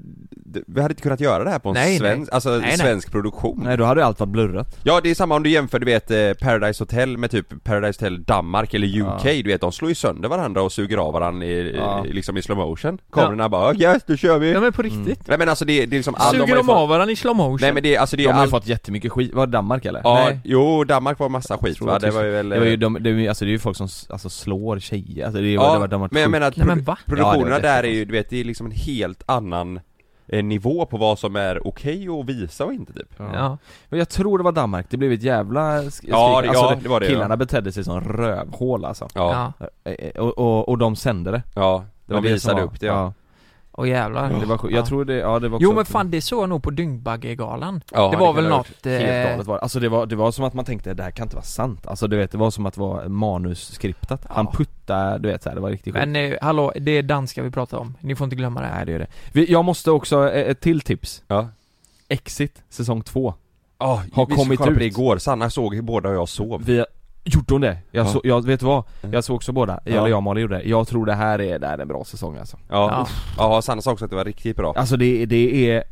Speaker 4: vi hade inte kunnat göra det här på en
Speaker 2: Nej, nej.
Speaker 4: svensk, alltså
Speaker 2: Nej, nej.
Speaker 4: svensk produktion
Speaker 1: Nej då hade allt varit blurrat
Speaker 4: Ja det är samma om du jämför du vet eh, Paradise Hotel med typ Paradise Hotel Danmark eller UK,
Speaker 1: Ja.
Speaker 4: du vet de slår ju sönder varandra och suger av varandra i,
Speaker 1: Ja.
Speaker 4: i- liksom i slow motion Kamerorna bara 'Yes, nu kör vi'
Speaker 2: Ja
Speaker 1: Mm.
Speaker 2: men på riktigt
Speaker 4: Nej men alltså det, det är liksom all-
Speaker 2: Suger
Speaker 4: har ju
Speaker 2: de
Speaker 4: fått-
Speaker 2: av varandra i slow motion?
Speaker 4: Nej men det, alltså det
Speaker 1: De
Speaker 4: är
Speaker 1: har ju
Speaker 4: all...
Speaker 1: fått jättemycket skit, var det Danmark eller?
Speaker 4: Ja,
Speaker 1: Nej.
Speaker 4: jo Danmark var massa skit
Speaker 1: tror
Speaker 4: va?
Speaker 1: jag
Speaker 4: Det var ju
Speaker 1: tyst.
Speaker 4: väl... eh,
Speaker 1: Det var ju de, det, är ju- alltså det är ju folk som s- alltså, slår tjejer, alltså det är ju det var, de har varit
Speaker 4: men jag
Speaker 1: sjukt-
Speaker 4: menar att
Speaker 1: Nej,
Speaker 4: produ-
Speaker 1: men va? Ja, det
Speaker 4: produktionerna
Speaker 1: var
Speaker 4: där är ju,
Speaker 1: jättekonstigt.
Speaker 4: du vet, det är liksom en helt annan eh, nivå på vad som är okej att visa och inte typ
Speaker 1: Ja. Men jag tror det var Danmark, det blev ett jävla sk- skrik. Alltså,
Speaker 4: Ja, det- ja, det var det,
Speaker 1: Killarna
Speaker 4: ja.
Speaker 1: betedde sig som rövhål alltså
Speaker 4: Ja.
Speaker 1: Eh, eh, och, och, och de sände det
Speaker 4: Ja, de
Speaker 1: var som
Speaker 4: visade
Speaker 1: var-
Speaker 4: upp det, ja.
Speaker 2: Åh jävlar.
Speaker 1: Det var sjukt. Jag tror det, ja det var också
Speaker 2: Jo men fan det såg jag nog på Dyngbaggegalan.
Speaker 1: Ja,
Speaker 2: det var
Speaker 1: kan
Speaker 2: väl
Speaker 1: ha
Speaker 2: något... eh,
Speaker 1: varit
Speaker 4: eh.
Speaker 1: Helt galet var det. Alltså det var, det var som att man tänkte det här kan inte vara sant Alltså du vet, det var som att det var manusskriptat Han puttade, du vet så här, det var riktigt sjukt
Speaker 2: Men eh, hallå, det är danska vi pratar om. Ni får inte glömma det.
Speaker 1: Nej det är det Vi, Jag måste också, eh, ett till tips Exit, säsong två
Speaker 4: Ja,
Speaker 1: Har
Speaker 4: vi
Speaker 1: kommit
Speaker 4: kollade
Speaker 1: ut
Speaker 4: på det igår, Sanna såg ju båda och jag sov
Speaker 1: Vi, Gjorde hon det? Jag,
Speaker 4: Ja. Mm.
Speaker 1: så, jag vet du vad? Jag såg också båda,
Speaker 4: Ja.
Speaker 1: eller jag och Malin gjorde det Jag tror det här är, det här är en bra säsong alltså
Speaker 4: Ja, ja. Sanna sa också att det var riktigt bra
Speaker 1: Alltså det, det är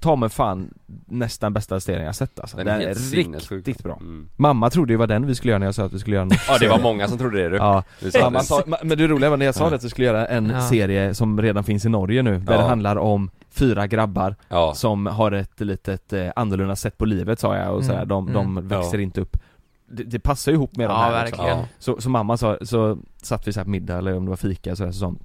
Speaker 1: ta mig fan nästan bästa serien jag sett alltså. Den,
Speaker 4: är
Speaker 1: är
Speaker 4: helt sinnessjuk.
Speaker 1: riktigt bra.
Speaker 4: Mm.
Speaker 1: Mamma trodde ju var den vi skulle göra när jag sa att vi skulle göra en
Speaker 4: Ja, det var
Speaker 1: serie.
Speaker 4: många som trodde det, du.
Speaker 1: Ja.
Speaker 4: Det sa
Speaker 1: Mamma
Speaker 4: det.
Speaker 1: sa, ma- men det roliga var när jag sa
Speaker 4: Ja.
Speaker 1: det att vi skulle göra en
Speaker 4: Ja.
Speaker 1: serie som redan finns i Norge nu, där
Speaker 4: Ja.
Speaker 1: det handlar om fyra grabbar som har ett litet eh, annorlunda sätt på livet sa jag och
Speaker 4: Mm.
Speaker 1: sådär, de, de
Speaker 4: Mm.
Speaker 1: växer
Speaker 4: Ja.
Speaker 1: inte upp det, det passar ju ihop med de
Speaker 2: Ja,
Speaker 1: här
Speaker 2: verkligen.
Speaker 1: också. Så, så mamma sa, så satt vi så här på middag eller om det var fika så, här, så sa hon,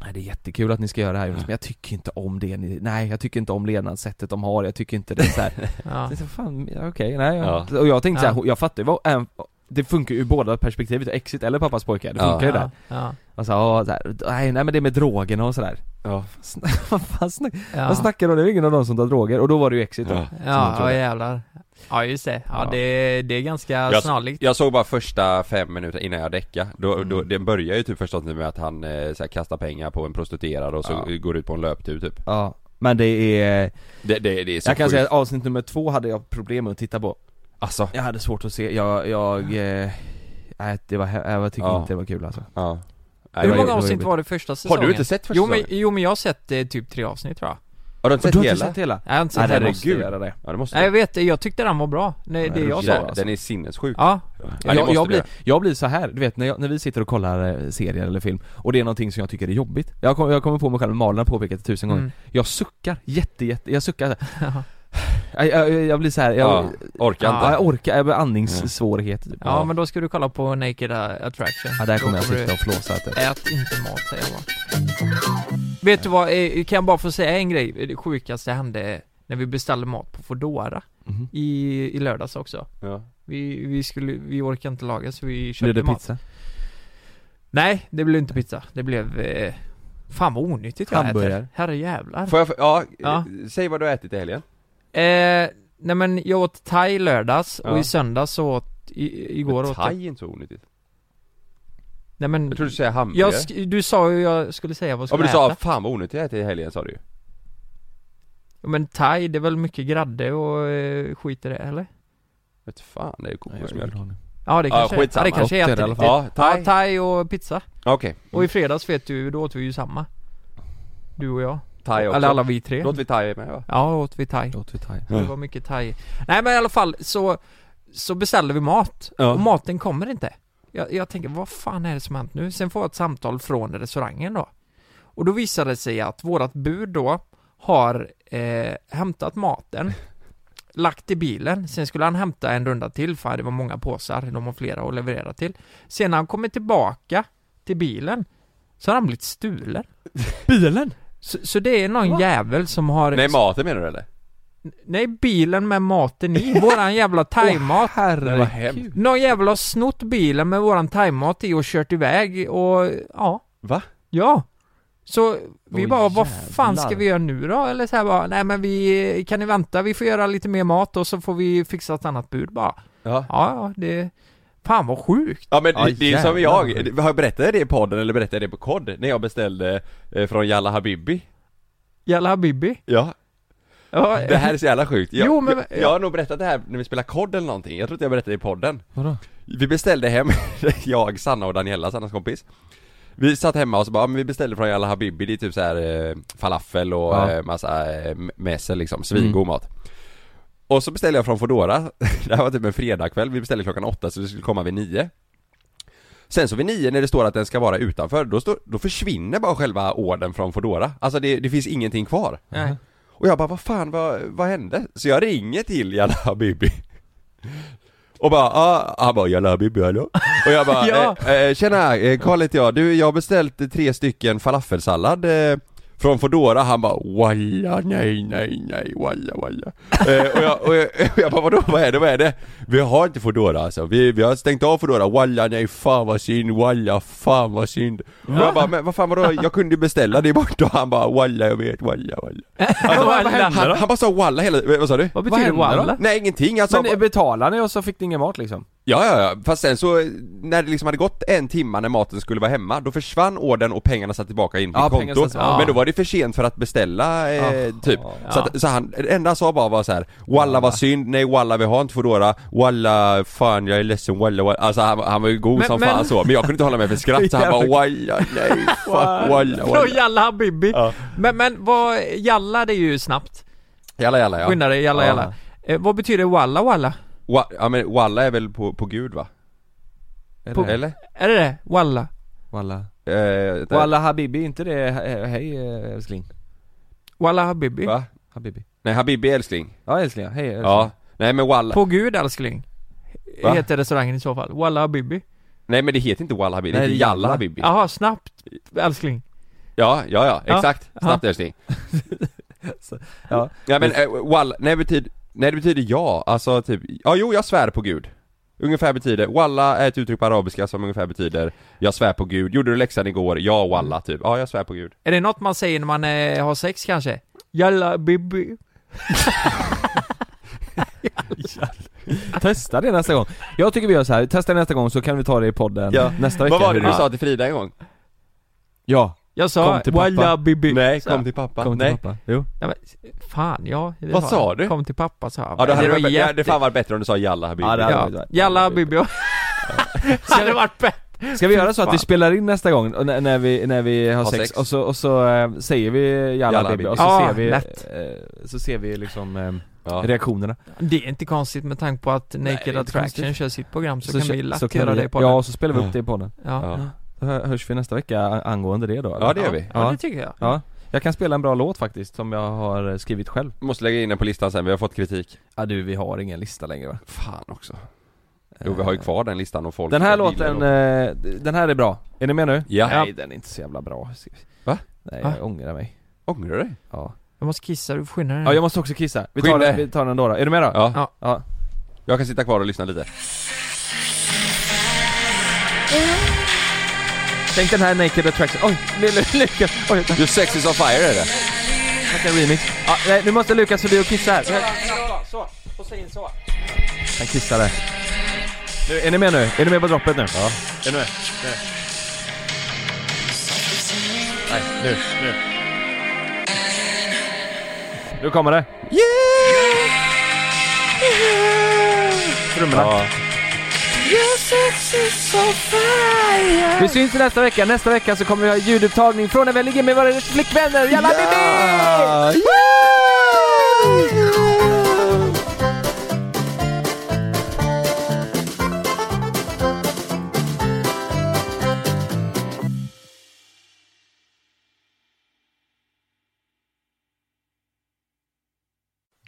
Speaker 1: Nej, det är jättekul att ni ska göra det här Jonas, men jag tycker inte om det ni, nej jag tycker inte om levnadssättet de har, jag tycker inte det är så här.
Speaker 2: Ja.
Speaker 1: Det är så fan, ja, okej, nej jag,
Speaker 4: Ja.
Speaker 1: Och jag tänkte
Speaker 4: Ja.
Speaker 1: så här, jag fattar ju vad, äm, det funkar ju ur båda perspektivet, exit eller pappas pojkar, det
Speaker 4: Ja.
Speaker 1: funkar ju där
Speaker 2: Ja, ja.
Speaker 1: Alltså, ja, så här, nej, nej men det med drogerna och sådär
Speaker 4: Ja.
Speaker 1: Vad fan snack,
Speaker 2: Ja.
Speaker 1: vad snackar du om? Det är ju ingen av dem som tar droger, och då var det ju exit då, som hon
Speaker 2: Ja,
Speaker 1: trodde.
Speaker 2: ja jävlar. Ja just det. Ja,
Speaker 4: Ja.
Speaker 2: Det, det är ganska snarlikt.
Speaker 4: jag såg bara första fem minuter innan jag däckade. Då,
Speaker 1: Mm.
Speaker 4: då, den börjar ju typ förstås med att han eh, så här, kastar pengar på en prostituerad och så går ut på en löptur typ.
Speaker 1: Ja, men det är...
Speaker 4: Det, det, det är så
Speaker 1: Jag kan
Speaker 4: sjukt.
Speaker 1: säga att avsnitt nummer två hade jag problem med att titta på
Speaker 4: Alltså.
Speaker 1: Jag hade svårt att se, jag, jag... Eh, nej, det var, he- jag tycker
Speaker 4: Ja.
Speaker 1: inte det var kul alltså
Speaker 4: Ja
Speaker 2: Hur många avsnitt var det första säsongen?
Speaker 4: Har du inte sett första
Speaker 2: jo, men,
Speaker 4: säsongen?
Speaker 2: jo men jag har sett eh, typ tre avsnitt tror jag.
Speaker 4: Har du inte sett
Speaker 1: Du har
Speaker 4: hela?
Speaker 1: inte sett hela?
Speaker 2: Nej, jag har inte sett
Speaker 4: Nej,
Speaker 2: hela.
Speaker 4: herregud.
Speaker 2: Jag måste göra
Speaker 1: det.
Speaker 4: Ja, det måste
Speaker 2: Nej jag vet, jag tyckte den var bra. Nej, det är jag sa.
Speaker 4: Den,
Speaker 2: Alltså.
Speaker 4: den är sinnessjuk.
Speaker 2: Ja.
Speaker 4: det
Speaker 1: jag,
Speaker 4: måste
Speaker 1: jag,
Speaker 4: du
Speaker 1: blir,
Speaker 4: göra.
Speaker 1: jag blir så här, du vet när, jag, när vi sitter och kollar eh, serier eller film och det är någonting som jag tycker är jobbigt Jag, kom, jag kommer på mig själv, Malin har påpekat det tusen gånger
Speaker 4: Mm.
Speaker 1: Jag suckar jätte, jätte, jag suckar jag, jag, jag blir så här, jag
Speaker 4: Ja, orkar inte.
Speaker 1: ja, jag orkar, jag blir andningssvårigheter typ.
Speaker 2: Ja, men då ska du kolla på Naked eh, Attraction.
Speaker 1: Ja, där
Speaker 2: Då
Speaker 1: kommer jag sitta
Speaker 2: du-
Speaker 1: och flåsa att det-
Speaker 2: Ät inte mat säger jag bara. Vet du vad, eh, kan jag bara få säga en grej? Det sjukaste hände när vi beställde mat på Foodora
Speaker 1: Mhm.
Speaker 2: i, i lördags också.
Speaker 4: Ja.
Speaker 2: Vi, vi skulle, vi orkade inte laga så vi köpte
Speaker 1: Blir det
Speaker 2: mat.
Speaker 1: pizza?
Speaker 2: Nej, det blev inte pizza. Det blev... Eh, fan vad onyttigt jag
Speaker 4: Hamburgare.
Speaker 2: äter. Herrejävlar.
Speaker 4: Får jag, ja,
Speaker 2: Ja.
Speaker 4: säg vad du har ätit i helgen.
Speaker 2: Eh, nej men jag åt thai i lördags
Speaker 4: Ja.
Speaker 2: och i söndags så åt, i, igår
Speaker 4: Men
Speaker 2: åt
Speaker 4: Thai är inte så onyttigt.
Speaker 2: Nej men...
Speaker 4: Jag trodde du skulle säga hamburgare.
Speaker 2: jag sk- du sa ju jag skulle säga vad jag
Speaker 4: Ja men
Speaker 2: skulle
Speaker 4: du sa
Speaker 2: äta.
Speaker 4: 'Fan vad onyttigt jag ätit i helgen' sa du ju.
Speaker 2: Ja, men thai, det är väl mycket grädde och eh, skit i det, eller?
Speaker 4: Vet fan, det är ju kokosmjölk.
Speaker 2: Ja det kanske, ja,
Speaker 4: skitsamma.
Speaker 2: det kanske är jättenyttigt.
Speaker 4: Ja, thai.
Speaker 2: ja, thai och pizza.
Speaker 4: Okej.
Speaker 2: Och i fredags vet du, då åt vi ju samma. Du och jag.
Speaker 4: Thai också.
Speaker 2: Eller alla vi tre.
Speaker 4: Då åt vi thai med va?
Speaker 2: Ja, åt vi thai.
Speaker 1: Åt vi thai.
Speaker 2: Det var mycket thai. Nej men i alla fall så, så beställde vi mat.
Speaker 4: Ja.
Speaker 2: Och maten kommer inte. Jag, jag tänker, vad fan är det som hänt nu? Sen får jag ett samtal från restaurangen då. Och då visade det sig att vårat bud då har eh, hämtat maten, lagt i bilen, sen skulle han hämta en runda till för det var många påsar, de har flera att leverera till. Sen när han kommer tillbaka till bilen så har han blivit stulen.
Speaker 1: Bilen?
Speaker 2: Så, så det är någon jävel som har...
Speaker 4: Nej maten menar du eller?
Speaker 2: Nej, bilen med maten i. Våran jävla thaimat.
Speaker 4: Nej, vad hemskt.
Speaker 2: Någon jävla har snott bilen med våran thaimat i och kört iväg och ja.
Speaker 4: Va?
Speaker 2: Ja. Så vi
Speaker 1: Åh,
Speaker 2: bara, vad fan
Speaker 1: jävlar.
Speaker 2: ska vi göra nu då? Eller så här bara, nej men vi, kan ni vänta? Vi får göra lite mer mat och så får vi fixa ett annat bud bara.
Speaker 4: Ja.
Speaker 2: Ja, ja, det... Fan vad sjukt.
Speaker 4: Ja men det, det är som jag, har jag berättat det i podden eller berättade jag det på kod? När jag beställde eh, från Jalla Habibi?
Speaker 2: Jalla Habibi.
Speaker 4: Ja.
Speaker 2: Ja,
Speaker 4: Det här är så jävla sjukt. Jag,
Speaker 2: Jo, men-
Speaker 4: jag, jag har nog berättat det här när vi spelar kod eller någonting, jag tror inte jag berättade det i podden.
Speaker 1: Vadå?
Speaker 4: Vi beställde hem, jag, Sanna och Daniela, Sannas kompis Vi satt hemma och så bara, ja, men vi beställde från Jalla Habibi, det är typ så här eh, falafel och
Speaker 1: Ja.
Speaker 4: eh, massa eh, mässel
Speaker 2: Mm.
Speaker 4: liksom, svingod mat Och så beställde jag från Foodora, det här var typ en fredagkväll, vi beställde klockan åtta så vi skulle komma vid nio Sen så vid nio när det står att den ska vara utanför, då, står, då försvinner bara själva orden från Foodora Alltså det, det finns ingenting kvar
Speaker 1: Mm.
Speaker 2: Nej.
Speaker 4: och jag bara, vad fan, vad, vad hände? Så jag ringer till Jalla Habibi Och bara, ah, han bara, Jalla Habibi hallå? Och jag bara,
Speaker 2: Ja.
Speaker 4: eh, eh, tjena, eh, Karl heter jag, du, jag har beställt eh, tre stycken falafelsallad eh, Från Foodora, han bara Waja, nej, nej, nej, waja, waja eh, och, jag, och, jag, och jag bara vadå, vad är det, vad är det? Vi har inte Foodora alltså, vi, vi har stängt av Foodora, waja, nej, fan vad synd, waja, fan vad synd Och jag bara, men vad fan vadå, jag kunde ju beställa det är borta och han bara waja, jag vet, waja, waja alltså,
Speaker 1: Vad hände
Speaker 4: han,
Speaker 1: då?
Speaker 4: han, bara sa walla hela, vad sa du?
Speaker 1: Vad betyder
Speaker 4: hände då?
Speaker 1: walla?
Speaker 4: Nej ingenting alltså,
Speaker 1: Men eh, betalade ni och så fick ni ingen mat liksom?
Speaker 4: Ja, ja, ja. Fast sen så, när det liksom hade gått en timma när maten skulle vara hemma, då försvann ordern och pengarna satt tillbaka in på
Speaker 1: Ja,
Speaker 4: ja,
Speaker 1: pengar
Speaker 4: konto.
Speaker 1: satt- ja.
Speaker 4: Men då var det för sent för att beställa, eh, typ. Så, att, så han, det enda han sa bara var så här: Walla vad synd, nej walla vi har inte Foodora, walla fan jag är ledsen, walla, walla. Alltså han, han var ju god
Speaker 2: Men-
Speaker 4: som
Speaker 2: men-
Speaker 4: fan så, men jag kunde inte hålla mig för skratt så han bara
Speaker 2: Jävlar.
Speaker 4: walla, nej, fuck, walla,
Speaker 2: Från
Speaker 4: walla.
Speaker 2: Jalla Habibi. Men, men vad, Jalla det är ju snabbt.
Speaker 4: Jalla jalla ja.
Speaker 2: Skynda dig, Jalla
Speaker 4: Ja.
Speaker 2: Jalla. Eh, vad betyder Walla Walla?
Speaker 4: Wa, ja men walla är väl på, på gud va?
Speaker 2: På-
Speaker 4: Eller?
Speaker 2: Är det det? Walla?
Speaker 1: Walla
Speaker 4: Eh, det-
Speaker 1: Walla Habibi, inte det, eh, hej eh, älskling?
Speaker 2: Walla Habibi?
Speaker 4: Va?
Speaker 1: Habibi
Speaker 4: Nej Habibi älskling.
Speaker 1: Ja älskling, ja. hej älskling
Speaker 4: Ja. Nej men walla.
Speaker 2: På gud älskling.
Speaker 4: Va?
Speaker 2: Heter restaurangen i så fall. Walla Habibi.
Speaker 4: Nej men det heter inte Walla Habibi, det
Speaker 1: Nej,
Speaker 4: heter
Speaker 1: det är
Speaker 4: Jalla
Speaker 1: Jalla.
Speaker 4: Habibi
Speaker 2: Jaha, snabbt älskling.
Speaker 4: Ja, ja, ja,
Speaker 2: Ja.
Speaker 4: exakt,
Speaker 2: Ja.
Speaker 4: snabbt älskling
Speaker 1: ja.
Speaker 4: ja men äh, Walla, nej betyder, nej det betyder ja, alltså typ, ja jo jag svär på gud Ungefär betyder, Walla är ett uttryck på arabiska som ungefär betyder Jag svär på gud, gjorde du läxan igår? Ja Walla typ, ja jag svär på gud
Speaker 2: Är det något man säger när man eh, har sex kanske? Jalla Habibi.
Speaker 1: Testa det nästa gång Jag tycker vi gör så här. testa det nästa gång så kan vi ta det i podden nästa vecka
Speaker 4: Vad var det du
Speaker 1: Ja.
Speaker 4: sa till Frida en gång?
Speaker 1: Ja
Speaker 2: Jag sa
Speaker 1: Kom till pappa.
Speaker 2: Walla Habibi.
Speaker 4: Nej,
Speaker 2: Så-
Speaker 4: kom till pappa,
Speaker 1: Kom till
Speaker 4: nej
Speaker 1: pappa, jo
Speaker 2: Ja, men, fan, ja. det
Speaker 4: Vad
Speaker 2: har
Speaker 4: sa
Speaker 2: jag.
Speaker 4: du?
Speaker 2: Kom till pappa sa jag.
Speaker 4: Ja, det, hade
Speaker 2: var
Speaker 4: varit, det hade
Speaker 2: jätte-
Speaker 4: fan varit bättre om du sa Jalla Habibi
Speaker 1: Ja, det hade
Speaker 2: Ja.
Speaker 1: varit bra.
Speaker 2: Jalla Habibi. hade varit bättre.
Speaker 1: Ska vi göra så att vi
Speaker 2: Fan.
Speaker 1: spelar in nästa gång och när, när vi, när vi har
Speaker 4: Har
Speaker 1: sex,
Speaker 4: sex.
Speaker 1: Och, så, och så eh, säger vi jalla,
Speaker 4: Jalla,
Speaker 1: jalla
Speaker 4: baby.
Speaker 1: och så
Speaker 2: Ja,
Speaker 1: ser vi,
Speaker 2: lätt.
Speaker 1: eh, så ser vi liksom eh,
Speaker 4: Ja.
Speaker 1: reaktionerna
Speaker 2: Det är inte konstigt med tanke på att Naked
Speaker 1: det är inte
Speaker 2: Attraction
Speaker 1: konstigt.
Speaker 2: kör sitt program så,
Speaker 1: Så
Speaker 2: kan
Speaker 1: kö-
Speaker 2: vi lätt
Speaker 1: så kan
Speaker 2: göra
Speaker 1: vi-
Speaker 2: det i podden.
Speaker 1: Ja, så spelar vi upp det i podden
Speaker 2: Ja.
Speaker 4: Ja.
Speaker 1: Då hör- hörs vi nästa vecka a- angående det då eller?
Speaker 4: Ja, det gör vi.
Speaker 2: ja, det tycker jag.
Speaker 1: Ja, jag kan spela en bra låt faktiskt som jag har eh, skrivit själv
Speaker 4: Måste lägga in den på listan sen, vi har fått kritik
Speaker 1: Ja du, vi har ingen lista längre va?
Speaker 4: Fan också Jo vi har ju kvar den listan och folk
Speaker 1: Eh. Den här
Speaker 4: gillar
Speaker 1: låten,
Speaker 4: den.
Speaker 1: eh, den här är bra. Är ni med nu?
Speaker 4: Ja.
Speaker 1: Nej den är inte så jävla bra.
Speaker 4: Va?
Speaker 1: Nej
Speaker 2: Va?
Speaker 1: jag ångrar mig.
Speaker 4: Ångrar du dig?
Speaker 1: Ja.
Speaker 2: Jag måste kissa, du får skynda dig.
Speaker 1: ja, jag måste också kissa. Vi tar,
Speaker 4: Skynda
Speaker 1: den,
Speaker 4: dig.
Speaker 1: vi tar den då, då. Är du med då?
Speaker 4: Ja.
Speaker 2: Ja.
Speaker 1: ja.
Speaker 4: Jag kan sitta kvar och lyssna lite
Speaker 1: Tänk den här Naked Attraction. Oj, nu- nu- Lukas! Oj,
Speaker 4: Your sex is on fire är det
Speaker 1: vilken remix. Ja, nej, nu måste Lukas förbi och kissa här.
Speaker 2: Så, och sen så.
Speaker 1: Han kissar där. Nu, är ni med nu? Är ni med på droppet nu? Ja. Är ni med? Nej, nu, nu. Nu kommer det. Trummorna.
Speaker 4: Ja.
Speaker 1: Vi syns i nästa vecka. Nästa vecka så kommer vi ha ljudupptagning från när vi ligger med våra flickvänner. Jalla bibi!